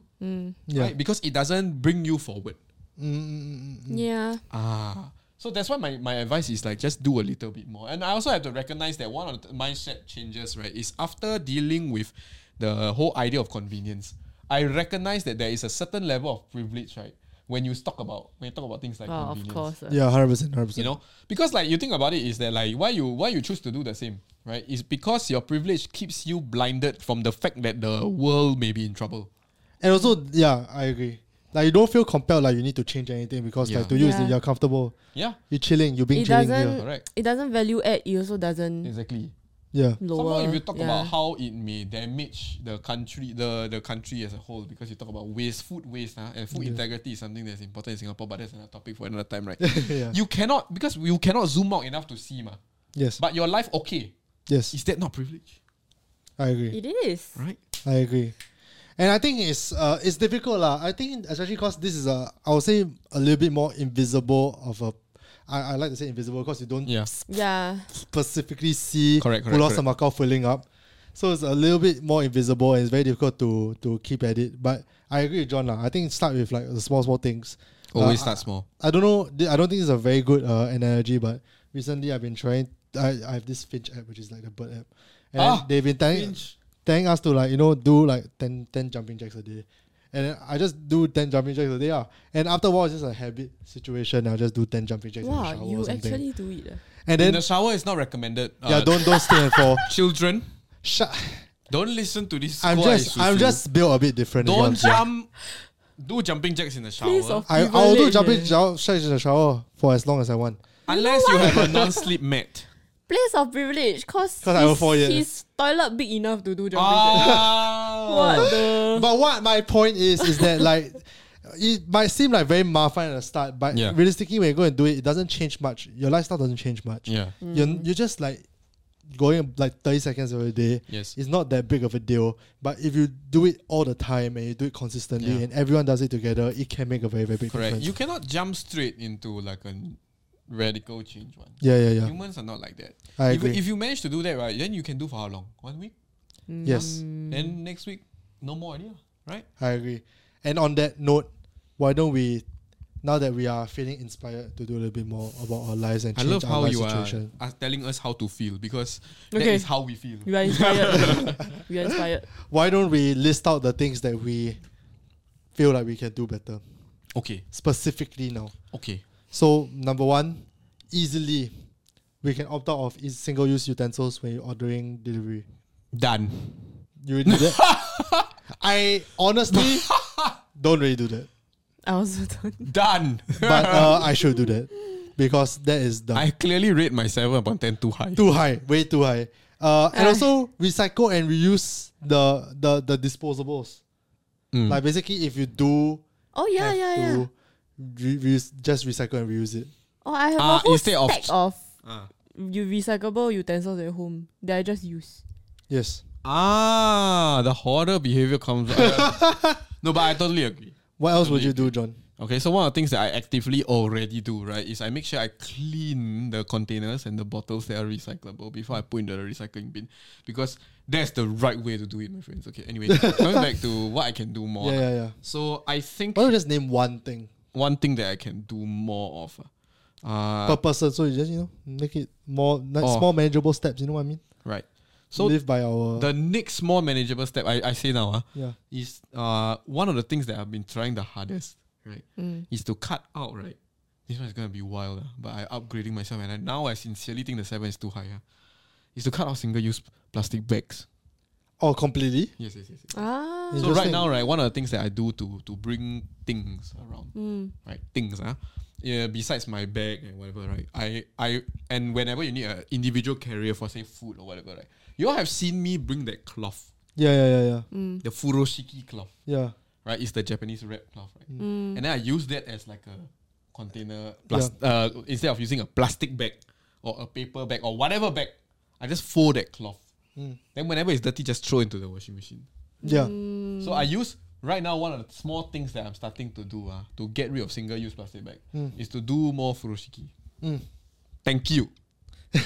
Speaker 1: Yeah.
Speaker 2: Right? Because it doesn't bring you forward. Mm,
Speaker 3: yeah.
Speaker 2: Ah. So that's why my, my advice is like just do a little bit more. And I also have to recognize that one of the mindset changes, right, is after dealing with the whole idea of convenience. I recognize that there is a certain level of privilege, right? When you talk about when you talk about things like
Speaker 3: Well, of
Speaker 2: convenience.
Speaker 3: course. uh.
Speaker 1: Yeah, hundred percent, hundred
Speaker 2: You
Speaker 1: percent.
Speaker 2: know? Because like you think about it is that like why you why you choose to do the same, right? Is because your privilege keeps you blinded from the fact that the world may be in trouble.
Speaker 1: And also, yeah, I agree. Like you don't feel compelled like you need to change anything because
Speaker 2: Yeah.
Speaker 1: like to you is that
Speaker 3: Yeah.
Speaker 1: you're comfortable.
Speaker 2: Yeah.
Speaker 1: You're chilling, you're being
Speaker 3: It
Speaker 1: chilling
Speaker 3: doesn't-
Speaker 1: here.
Speaker 2: Correct.
Speaker 3: It doesn't value add. It also doesn't
Speaker 2: Exactly.
Speaker 1: uh, Yeah.
Speaker 3: lower.
Speaker 2: Somehow if you talk
Speaker 3: yeah.
Speaker 2: about how it may damage the country, the, the country as a whole, because you talk about waste, food waste, huh? and food
Speaker 1: Yeah.
Speaker 2: integrity is something that's important in Singapore, but that's another topic for another time, right?
Speaker 1: yeah.
Speaker 2: you cannot because you cannot zoom out enough to see, ma.
Speaker 1: Yes.
Speaker 2: But your life okay.
Speaker 1: yes.
Speaker 2: Is that not privilege?
Speaker 1: I agree.
Speaker 3: it is.
Speaker 2: Right?
Speaker 1: I agree. And I think it's uh it's difficult lah. I think especially because this is a I would say a little bit more invisible of a I, I like to say invisible because you don't
Speaker 2: Yeah.
Speaker 3: Yeah.
Speaker 1: specifically see
Speaker 2: Correct, correct,
Speaker 1: Pulau
Speaker 2: correct.
Speaker 1: Semakau filling up. So it's a little bit more invisible and it's very difficult to to keep at it. But I agree with John lah. I think start with like the small small things.
Speaker 2: Always
Speaker 1: Uh,
Speaker 2: start small.
Speaker 1: I don't know. th- I don't think it's a very good uh, analogy, but recently I've been trying. I, I have this Finch app, which is like the bird app, and
Speaker 2: Ah,
Speaker 1: they've been telling,
Speaker 2: Finch.
Speaker 1: telling us to like you know do like 10, 10 jumping jacks a day, and then I just do ten jumping jacks a day. Ah. and after a while it's just a habit situation. I'll just do ten jumping jacks in the
Speaker 3: Wow,
Speaker 1: shower
Speaker 3: you
Speaker 1: or something.
Speaker 3: actually do it. uh.
Speaker 1: and then
Speaker 2: In the shower is not recommended. Uh,
Speaker 1: yeah, don't don't stay and fall.
Speaker 2: children,
Speaker 1: Shut.
Speaker 2: don't listen to this.
Speaker 1: I'm
Speaker 2: squad
Speaker 1: just I'm
Speaker 2: Isuzu.
Speaker 1: just built a bit different. is what I'm
Speaker 2: don't
Speaker 1: saying.
Speaker 2: jump. Do jumping jacks in the shower.
Speaker 3: Please of
Speaker 1: I I'll do
Speaker 3: privilege,
Speaker 1: jumping
Speaker 3: eh.
Speaker 1: jou- jacks in the shower for as long as I want.
Speaker 2: Unless you have a non sleep mat.
Speaker 3: Place of privilege, cause
Speaker 1: 'Cause I will
Speaker 3: his,
Speaker 1: fall, yeah.
Speaker 3: his toilet big enough to do jumping jacks.
Speaker 2: Ah.
Speaker 3: What the?
Speaker 1: But what my point is is that like it might seem like very mafan at the start, but
Speaker 2: Yeah.
Speaker 1: realistically when you go and do it, it doesn't change much. Your lifestyle doesn't change much.
Speaker 2: Yeah.
Speaker 1: You're you're just like going like thirty seconds every day.
Speaker 2: Yes.
Speaker 1: It's not that big of a deal. But if you do it all the time and you do it consistently
Speaker 2: Yeah.
Speaker 1: and everyone does it together, it can make a very, very big
Speaker 2: Correct.
Speaker 1: difference.
Speaker 2: You cannot jump straight into like a radical change one.
Speaker 1: yeah, yeah, yeah.
Speaker 2: Humans are not like that.
Speaker 1: I
Speaker 2: if,
Speaker 1: agree.
Speaker 2: if you manage to do that right, then you can do for how long? One week.
Speaker 1: yes.
Speaker 2: Then next week, no more idea. Right.
Speaker 1: I agree. And on that note, why don't we now that we are feeling inspired to do a little bit more about our lives and
Speaker 2: I
Speaker 1: change
Speaker 2: love
Speaker 1: our
Speaker 2: how
Speaker 1: life
Speaker 2: you are,
Speaker 1: situation?
Speaker 2: are telling us how to feel because that
Speaker 3: Okay.
Speaker 2: is how we feel.
Speaker 3: You are inspired. you are inspired.
Speaker 1: why don't we list out the things that we feel like we can do better
Speaker 2: Okay.
Speaker 1: specifically now
Speaker 2: Okay.
Speaker 1: so number one easily we can opt out of is single use utensils when you're ordering delivery.
Speaker 2: Done.
Speaker 1: You would do that? I honestly don't really do that.
Speaker 3: I also don't.
Speaker 2: Done.
Speaker 1: But uh, I should do that. Because that is dumb.
Speaker 2: I clearly rate my 7.10 too high.
Speaker 1: too high. Way too high. Uh, and
Speaker 3: Ah.
Speaker 1: also recycle and reuse the the, the disposables.
Speaker 2: Mm.
Speaker 1: Like basically if you do
Speaker 3: Oh yeah,
Speaker 1: have
Speaker 3: yeah,
Speaker 1: to
Speaker 3: yeah.
Speaker 1: re- reuse- just recycle and reuse it.
Speaker 3: Oh, I have
Speaker 2: Ah,
Speaker 3: a whole
Speaker 2: instead of-
Speaker 3: stack of,
Speaker 2: Ah.
Speaker 3: you recyclable utensils at home that I just use.
Speaker 1: Yes.
Speaker 2: Ah, the horror behavior comes. I- no, but I totally agree.
Speaker 1: What else would you do, John?
Speaker 2: Okay, so one of the things that I actively already do, right, is I make sure I clean the containers and the bottles that are recyclable before I put into the recycling bin because that's the right way to do it, my friends. Okay, anyway, coming back to what I can do more.
Speaker 1: Yeah,
Speaker 2: lah.
Speaker 1: yeah, yeah.
Speaker 2: So I think
Speaker 1: Why don't you just name one thing
Speaker 2: one thing that I can do more of, uh,
Speaker 1: per person? So you just you know make it more like
Speaker 2: Oh.
Speaker 1: small manageable steps. You know what I mean?
Speaker 2: right? So
Speaker 1: live by our
Speaker 2: the next more manageable step I, I say now, uh,
Speaker 1: yeah.
Speaker 2: is uh one of the things that I've been trying the hardest, right? Is to cut out, right? This one is gonna be wild, ah, but I upgrading myself and I, now I sincerely think the seven is too high. ah. Is to cut out single use plastic bags.
Speaker 1: Oh, completely.
Speaker 2: Yes, yes, yes. yes.
Speaker 3: Ah.
Speaker 1: Yes.
Speaker 2: So
Speaker 1: Interesting.
Speaker 2: right now, right, one of the things that I do to to bring things around,
Speaker 3: Mm.
Speaker 2: right? Things, ah, yeah. Besides my bag and whatever, right? I I and whenever you need an individual carrier for say food or whatever, right? You all have seen me bring that cloth,
Speaker 1: Yeah, yeah, yeah, yeah,
Speaker 3: Mm.
Speaker 2: the furoshiki cloth
Speaker 1: yeah.
Speaker 2: right? It's the Japanese wrap cloth, right?
Speaker 3: Mm.
Speaker 2: And then I use that as like a container, plus, uh, instead of using a plastic bag or a paper bag or whatever bag, I just fold that cloth.
Speaker 1: Mm.
Speaker 2: Then whenever it's dirty, just throw into the washing machine.
Speaker 1: Yeah.
Speaker 3: Mm.
Speaker 2: So I use right now one of the small things that I'm starting to do uh, to get rid of single use plastic bag
Speaker 1: Mm.
Speaker 2: is to do more furoshiki.
Speaker 1: Mm.
Speaker 2: Thank you.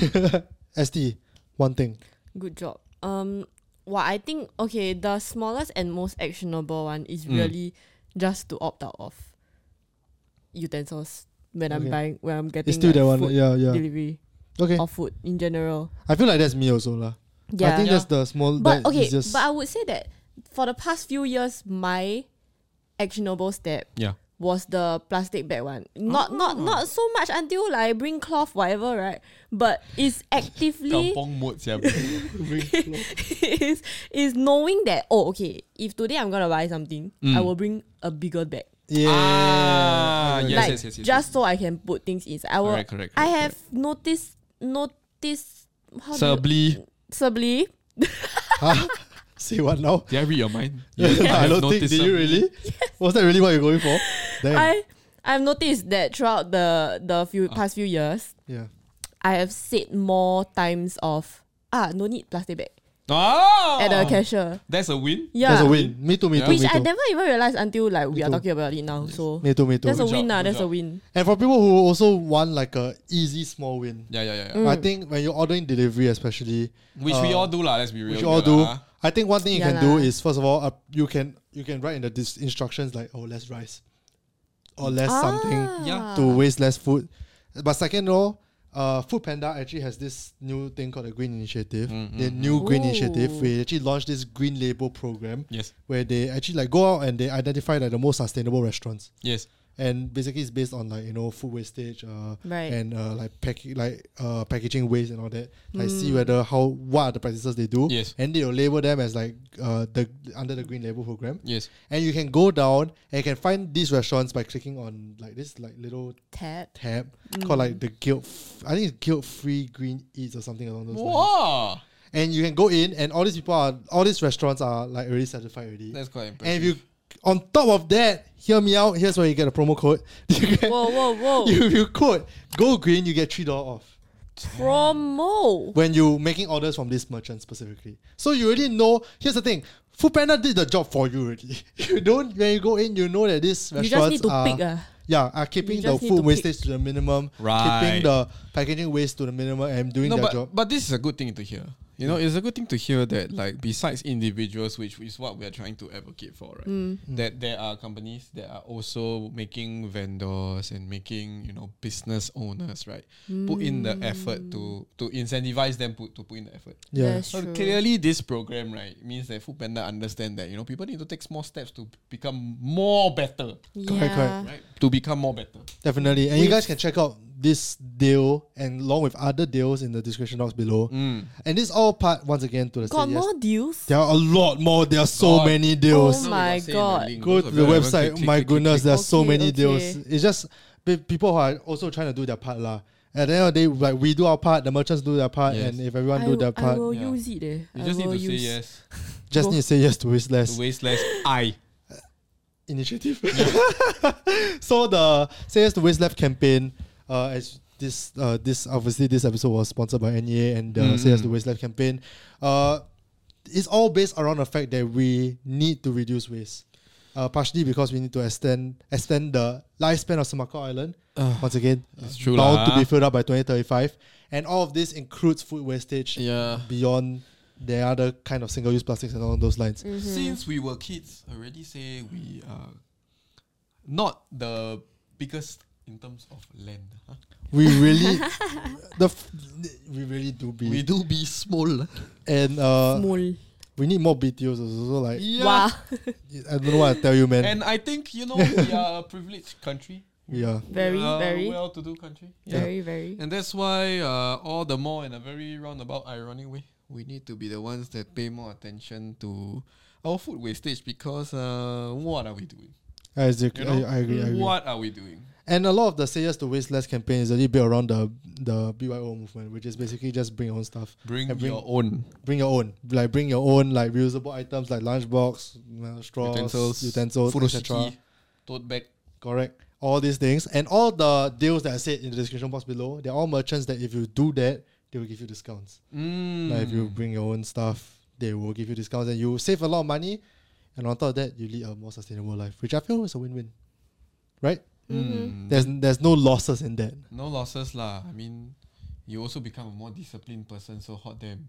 Speaker 1: ST, one thing.
Speaker 3: Good job. Um, well, I think okay, the smallest and most actionable one is
Speaker 2: Mm.
Speaker 3: really just to opt out of utensils when I'm
Speaker 1: Okay.
Speaker 3: buying when I'm getting
Speaker 1: It's still
Speaker 3: like,
Speaker 1: that one.
Speaker 3: food
Speaker 1: Yeah, yeah.
Speaker 3: delivery
Speaker 1: Okay.
Speaker 3: or food in general.
Speaker 1: I feel like that's me also, lah.
Speaker 3: Yeah.
Speaker 1: I think
Speaker 2: Yeah.
Speaker 1: that's the small.
Speaker 3: but
Speaker 1: that
Speaker 3: okay,
Speaker 1: easiest-
Speaker 3: but I would say that for the past few years, my actionable step
Speaker 2: Yeah.
Speaker 3: was the plastic bag one. Not
Speaker 2: Oh.
Speaker 3: not not so much until like I bring cloth, whatever, right? But it's actively
Speaker 2: Kampong mode, yeah.
Speaker 3: is is knowing that oh okay if today I'm gonna buy something I
Speaker 2: Mm.
Speaker 3: will bring a bigger bag
Speaker 1: yeah.
Speaker 2: Ah,
Speaker 1: Okay.
Speaker 2: Yes,
Speaker 3: like
Speaker 2: yes, yes, yes,
Speaker 3: just so I can put things inside I will
Speaker 2: Correct, correct,
Speaker 3: I
Speaker 2: correct,
Speaker 3: have noticed noticed how do you-
Speaker 2: Subli,
Speaker 3: Subly
Speaker 1: Huh? Say what now?
Speaker 2: did I read your mind?
Speaker 1: I,
Speaker 2: have
Speaker 1: don't think.
Speaker 2: noticed
Speaker 1: Did you
Speaker 2: something.
Speaker 1: really? Was that really what you're going for? Damn.
Speaker 3: I I've noticed that throughout the the few
Speaker 2: Ah.
Speaker 3: past few years
Speaker 1: yeah.
Speaker 3: I have said more times of ah no need plastic bag
Speaker 2: Ah,
Speaker 3: at the cashier
Speaker 2: That's a win.
Speaker 3: yeah
Speaker 1: That's a win. Me too. Me
Speaker 2: Yeah.
Speaker 1: too.
Speaker 3: which
Speaker 1: Me
Speaker 3: I
Speaker 1: too.
Speaker 3: never even realized until like
Speaker 1: Me
Speaker 3: we are
Speaker 1: too.
Speaker 3: talking about it now so
Speaker 1: me too. Me too.
Speaker 3: that's a
Speaker 2: Good
Speaker 3: win
Speaker 2: job,
Speaker 3: ah
Speaker 2: good
Speaker 3: that's a
Speaker 2: job.
Speaker 3: win
Speaker 1: And for people who also want like a easy small win,
Speaker 2: Yeah, yeah, yeah.
Speaker 3: Mm.
Speaker 2: yeah.
Speaker 1: I think when you're ordering delivery, especially,
Speaker 2: Which we
Speaker 1: Uh,
Speaker 2: all do lah. Let's be real.
Speaker 1: which you
Speaker 2: here
Speaker 1: all do,
Speaker 2: lah,
Speaker 1: I think one thing you
Speaker 3: Yeah
Speaker 1: can do
Speaker 3: lah.
Speaker 1: is first of all, uh, you can you can write in the dis- instructions like oh less rice, or less
Speaker 3: Ah.
Speaker 1: something
Speaker 2: Yeah.
Speaker 1: to waste less food. But second all, uh, Food Panda actually has this new thing called the Green Initiative. the new Green Initiative,
Speaker 3: Ooh.
Speaker 1: we actually launched this green label program
Speaker 2: ah. Yes,
Speaker 1: where they actually like go out and they identify like the most sustainable restaurants.
Speaker 2: yes.
Speaker 1: and basically it's based on like you know food wastage uh
Speaker 3: Right.
Speaker 1: and uh like pack like uh packaging waste and all that like see whether how what are the practices they do
Speaker 2: Yes.
Speaker 1: and they'll label them as like uh the under the green label program
Speaker 2: Yes.
Speaker 1: and you can go down and you can find these restaurants by clicking on like this like little
Speaker 3: tab
Speaker 1: tab called like the guilt f- i think it's guilt free green eats or something along those lines
Speaker 2: Wow,
Speaker 1: and you can go in and all these people are all these restaurants are like already certified already
Speaker 2: that's quite impressive.
Speaker 1: and if you on top of that hear me out here's where you get a promo code you can
Speaker 3: whoa whoa whoa
Speaker 1: you, you could go green, you get three dollars off
Speaker 3: promo
Speaker 1: when you making orders from this merchant specifically. So you already know. Here's the thing: Foodpanda did the job for you already. You don't when you go in, you know that this
Speaker 3: you just need
Speaker 1: restaurants
Speaker 3: to
Speaker 1: are
Speaker 3: pick ah.
Speaker 1: yeah are keeping
Speaker 3: You
Speaker 1: the
Speaker 3: just need
Speaker 1: food
Speaker 3: to pick.
Speaker 1: wastage to the minimum, keeping
Speaker 2: Right.
Speaker 1: the packaging waste to the minimum, and doing
Speaker 2: no,
Speaker 1: their
Speaker 2: but
Speaker 1: job.
Speaker 2: but this is a good thing to hear. You know, it's a good thing to hear that like besides individuals, which is what we are trying to advocate for, right? That there are companies that are also making vendors and making you know business owners, right? Put in the effort to to incentivize them put, to put in the effort.
Speaker 1: Yeah,
Speaker 3: That's
Speaker 2: So
Speaker 3: true.
Speaker 2: clearly, this program right means that Foodpanda understand that you know people need to take small steps to become more better,
Speaker 3: Yeah.
Speaker 1: Correct, correct.
Speaker 2: right? To become more better.
Speaker 1: definitely. And you guys can check out this deal and along with other deals in the description box below.
Speaker 2: Mm.
Speaker 1: And this all part once again to the
Speaker 3: Got
Speaker 1: Say Yes.
Speaker 3: more deals?
Speaker 1: There are a lot more. There are so
Speaker 2: God.
Speaker 1: many deals.
Speaker 3: Oh my God.
Speaker 1: Go to the website. My goodness, there are so
Speaker 3: Okay,
Speaker 1: many
Speaker 3: okay.
Speaker 1: deals. It's just pe- people who are also trying to do their part, lah. At the end of the day, like we do our part, the merchants do their part,
Speaker 2: Yes.
Speaker 1: and if everyone
Speaker 3: I,
Speaker 1: do their
Speaker 3: will- I
Speaker 1: part,
Speaker 3: will
Speaker 2: Yeah.
Speaker 3: use it. Eh.
Speaker 2: You
Speaker 3: I
Speaker 2: just need
Speaker 3: will
Speaker 2: to say
Speaker 3: use.
Speaker 2: yes.
Speaker 1: just
Speaker 3: go.
Speaker 1: need to say yes to waste less
Speaker 2: To waste less. I.
Speaker 1: initiative. so the say yes to waste left campaign, uh, as this uh, this obviously this episode was sponsored by NEA and the say yes to
Speaker 2: Mm.
Speaker 1: waste left campaign, uh, it's all based around the fact that we need to reduce waste. Uh, partially because we need to extend extend the lifespan of Semakau Island. Once again,
Speaker 2: It's true
Speaker 1: bound
Speaker 2: lah.
Speaker 1: to be filled up by 2035. And all of this includes food wastage
Speaker 2: Yeah.
Speaker 1: beyond the other kind of single use plastics and all those lines.
Speaker 3: Mhm.
Speaker 2: Since we were kids, I already say we are not the biggest in terms of land. huh?
Speaker 1: We really, the f- we really do be.
Speaker 2: We do be small.
Speaker 1: And uh,
Speaker 3: Small.
Speaker 1: we need more BTOs also. So like,
Speaker 3: Wow.
Speaker 1: I don't know what I tell you, man.
Speaker 2: And I think you know we are a privileged country.
Speaker 1: yeah,
Speaker 3: Very,
Speaker 2: we are
Speaker 3: very,
Speaker 2: well-to-do country.
Speaker 3: very, very.
Speaker 2: And that's why, uh, all the more in a very roundabout, ironic way, we need to be the ones that pay more attention to our food wastage because uh, what are we doing?
Speaker 1: I, agree,
Speaker 2: You
Speaker 1: I,
Speaker 2: know,
Speaker 1: I agree. I agree.
Speaker 2: What are we doing?
Speaker 1: And a lot of the Say Yes to Waste Less campaign is really built around the the BYO movement, which is basically just bring your own stuff.
Speaker 2: Bring,
Speaker 1: And bring-
Speaker 2: your own.
Speaker 1: Bring your own. Like, bring your own, like, reusable items like lunchbox, uh, straws,
Speaker 2: utensils,
Speaker 1: utensils, etc.
Speaker 2: furoshiki, tote bag.
Speaker 1: Correct. All these things and all the deals that I said in the description box below, they're all merchants that if you do that, they will give you discounts.
Speaker 2: Mm.
Speaker 1: Like if you bring your own stuff, they will give you discounts and you save a lot of money. And on top of that, you lead a more sustainable life, which I feel is a win-win. Right?
Speaker 2: Mm.
Speaker 1: There's there's no losses in that.
Speaker 2: no losses lah. I mean, you also become a more disciplined person. So hot damn.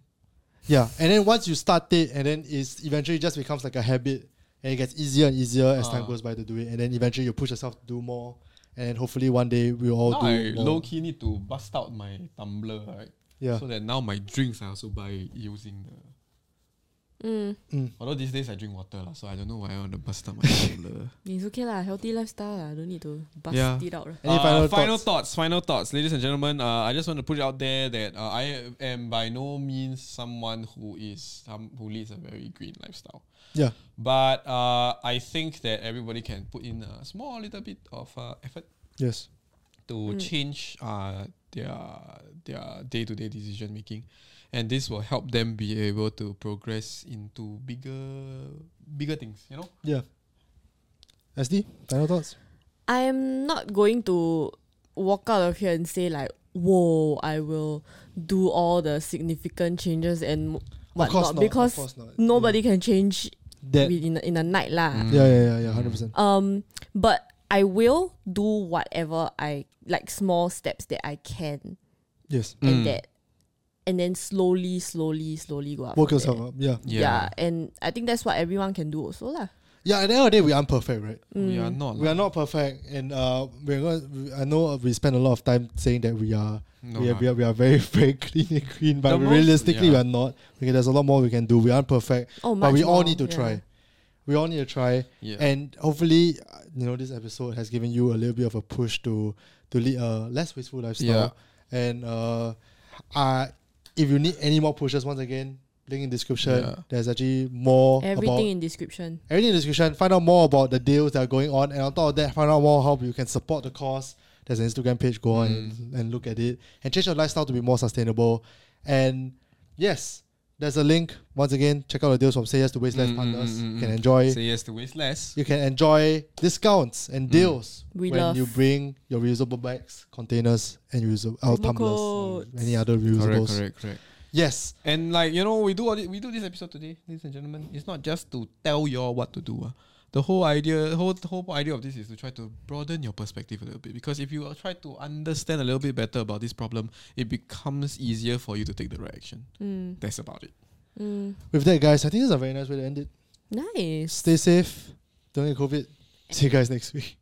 Speaker 1: Yeah. And then once you start it, and then it's eventually just becomes like a habit, and it gets easier and easier as time
Speaker 2: Ah.
Speaker 1: goes by to do it. And then eventually you push yourself to do more, and then hopefully one day we all
Speaker 2: now
Speaker 1: do
Speaker 2: I
Speaker 1: more.
Speaker 2: low key need to bust out my tumbler, right?
Speaker 1: yeah.
Speaker 2: So that now my drinks I also buy using the.
Speaker 3: Mm.
Speaker 2: Although these days I drink water lah, so I don't know why I want to bust out my tumbler.
Speaker 3: It's okay lah. Healthy lifestyle lah. Don't need to bust
Speaker 2: Yeah.
Speaker 3: it out. lah.
Speaker 1: Any
Speaker 2: Uh,
Speaker 1: final
Speaker 2: final
Speaker 1: thoughts?
Speaker 2: final thoughts, ladies and gentlemen. Uh, I just want to put it out there that uh, I am by no means someone who is um, who leads a very green lifestyle.
Speaker 1: yeah.
Speaker 2: But uh, I think that everybody can put in a small little bit of uh, effort
Speaker 1: Yes.
Speaker 2: to
Speaker 1: Hmm.
Speaker 2: change uh, their their day to day decision making, and this will help them be able to progress into bigger bigger things. You know,
Speaker 1: Yeah. SD, final thoughts?
Speaker 3: I'm not going to walk out of here and say like, "Whoa, I will do all the significant changes and
Speaker 1: Of course
Speaker 3: whatnot,"
Speaker 1: not.
Speaker 3: because
Speaker 1: of course not.
Speaker 3: nobody can change
Speaker 1: That, yeah,
Speaker 3: within in a night lah.
Speaker 2: Mm.
Speaker 1: yeah, yeah, yeah, hundred percent.
Speaker 3: Um, but I will do whatever I like, small steps that I can,
Speaker 1: Yes.
Speaker 2: Mm.
Speaker 3: and that, and then slowly, slowly, slowly go up.
Speaker 1: Work
Speaker 3: from
Speaker 1: yourself
Speaker 3: there.
Speaker 1: up. Yeah.
Speaker 3: Yeah. and I think that's what everyone can do also lah. Mm.
Speaker 1: Yeah. At the end of the day, we aren't perfect, right?
Speaker 2: we are not.
Speaker 1: Mm. We are not perfect, and uh, we're going. I know we spend a lot of time saying that we are, we,
Speaker 2: No,
Speaker 1: are
Speaker 2: lah.
Speaker 1: we are, we are very, very clean and green, but
Speaker 2: The most-
Speaker 1: realistically, we
Speaker 2: yeah.
Speaker 1: are not. Okay, there's a lot more we can do. We aren't perfect,
Speaker 3: Oh,
Speaker 1: but we
Speaker 3: much
Speaker 1: all
Speaker 3: more,
Speaker 1: need to
Speaker 3: yeah.
Speaker 1: try. We all need to try.
Speaker 2: Yeah.
Speaker 1: And hopefully, uh, you know, this episode has given you a little bit of a push to to lead a less wasteful lifestyle. And uh, uh, if you need any more pushes, once again, link in description.
Speaker 2: Yeah.
Speaker 1: There's actually more about
Speaker 3: Everything in description.
Speaker 1: everything in description. Find out more about the deals that are going on, and on top of that, find out more how you can support the cause. There's an Instagram page. Go on and,
Speaker 2: Mm.
Speaker 1: and look at it, and change your lifestyle to be more sustainable. And yes, there's a link. Once again, check out the deals from Say Yes to Waste Less
Speaker 2: Mm, mm,
Speaker 1: Partners.
Speaker 2: mm, mm,
Speaker 1: you can
Speaker 2: mm.
Speaker 1: enjoy
Speaker 2: Say Mm. yes to waste less.
Speaker 1: you can enjoy discounts and deals
Speaker 3: We
Speaker 1: when
Speaker 3: love.
Speaker 1: you bring your reusable bags, containers, and reusable uh,
Speaker 3: Promo
Speaker 1: tumblers, or
Speaker 3: codes.
Speaker 1: any other reusables.
Speaker 2: Correct, correct, correct.
Speaker 1: Yes,
Speaker 2: And like you know, we do all thi- we do this episode today, ladies and gentlemen. It's not just to tell y'all what to do. ah. The whole idea, whole the whole idea of this is to try to broaden your perspective a little bit because if you uh, try to understand a little bit better about this problem, it becomes easier for you to take the right action.
Speaker 3: Mm,
Speaker 2: That's about it.
Speaker 3: mm.
Speaker 1: with that, guys, I think this is a very nice way to end it.
Speaker 3: Nice.
Speaker 1: Stay safe, don't get COVID. See you guys next week.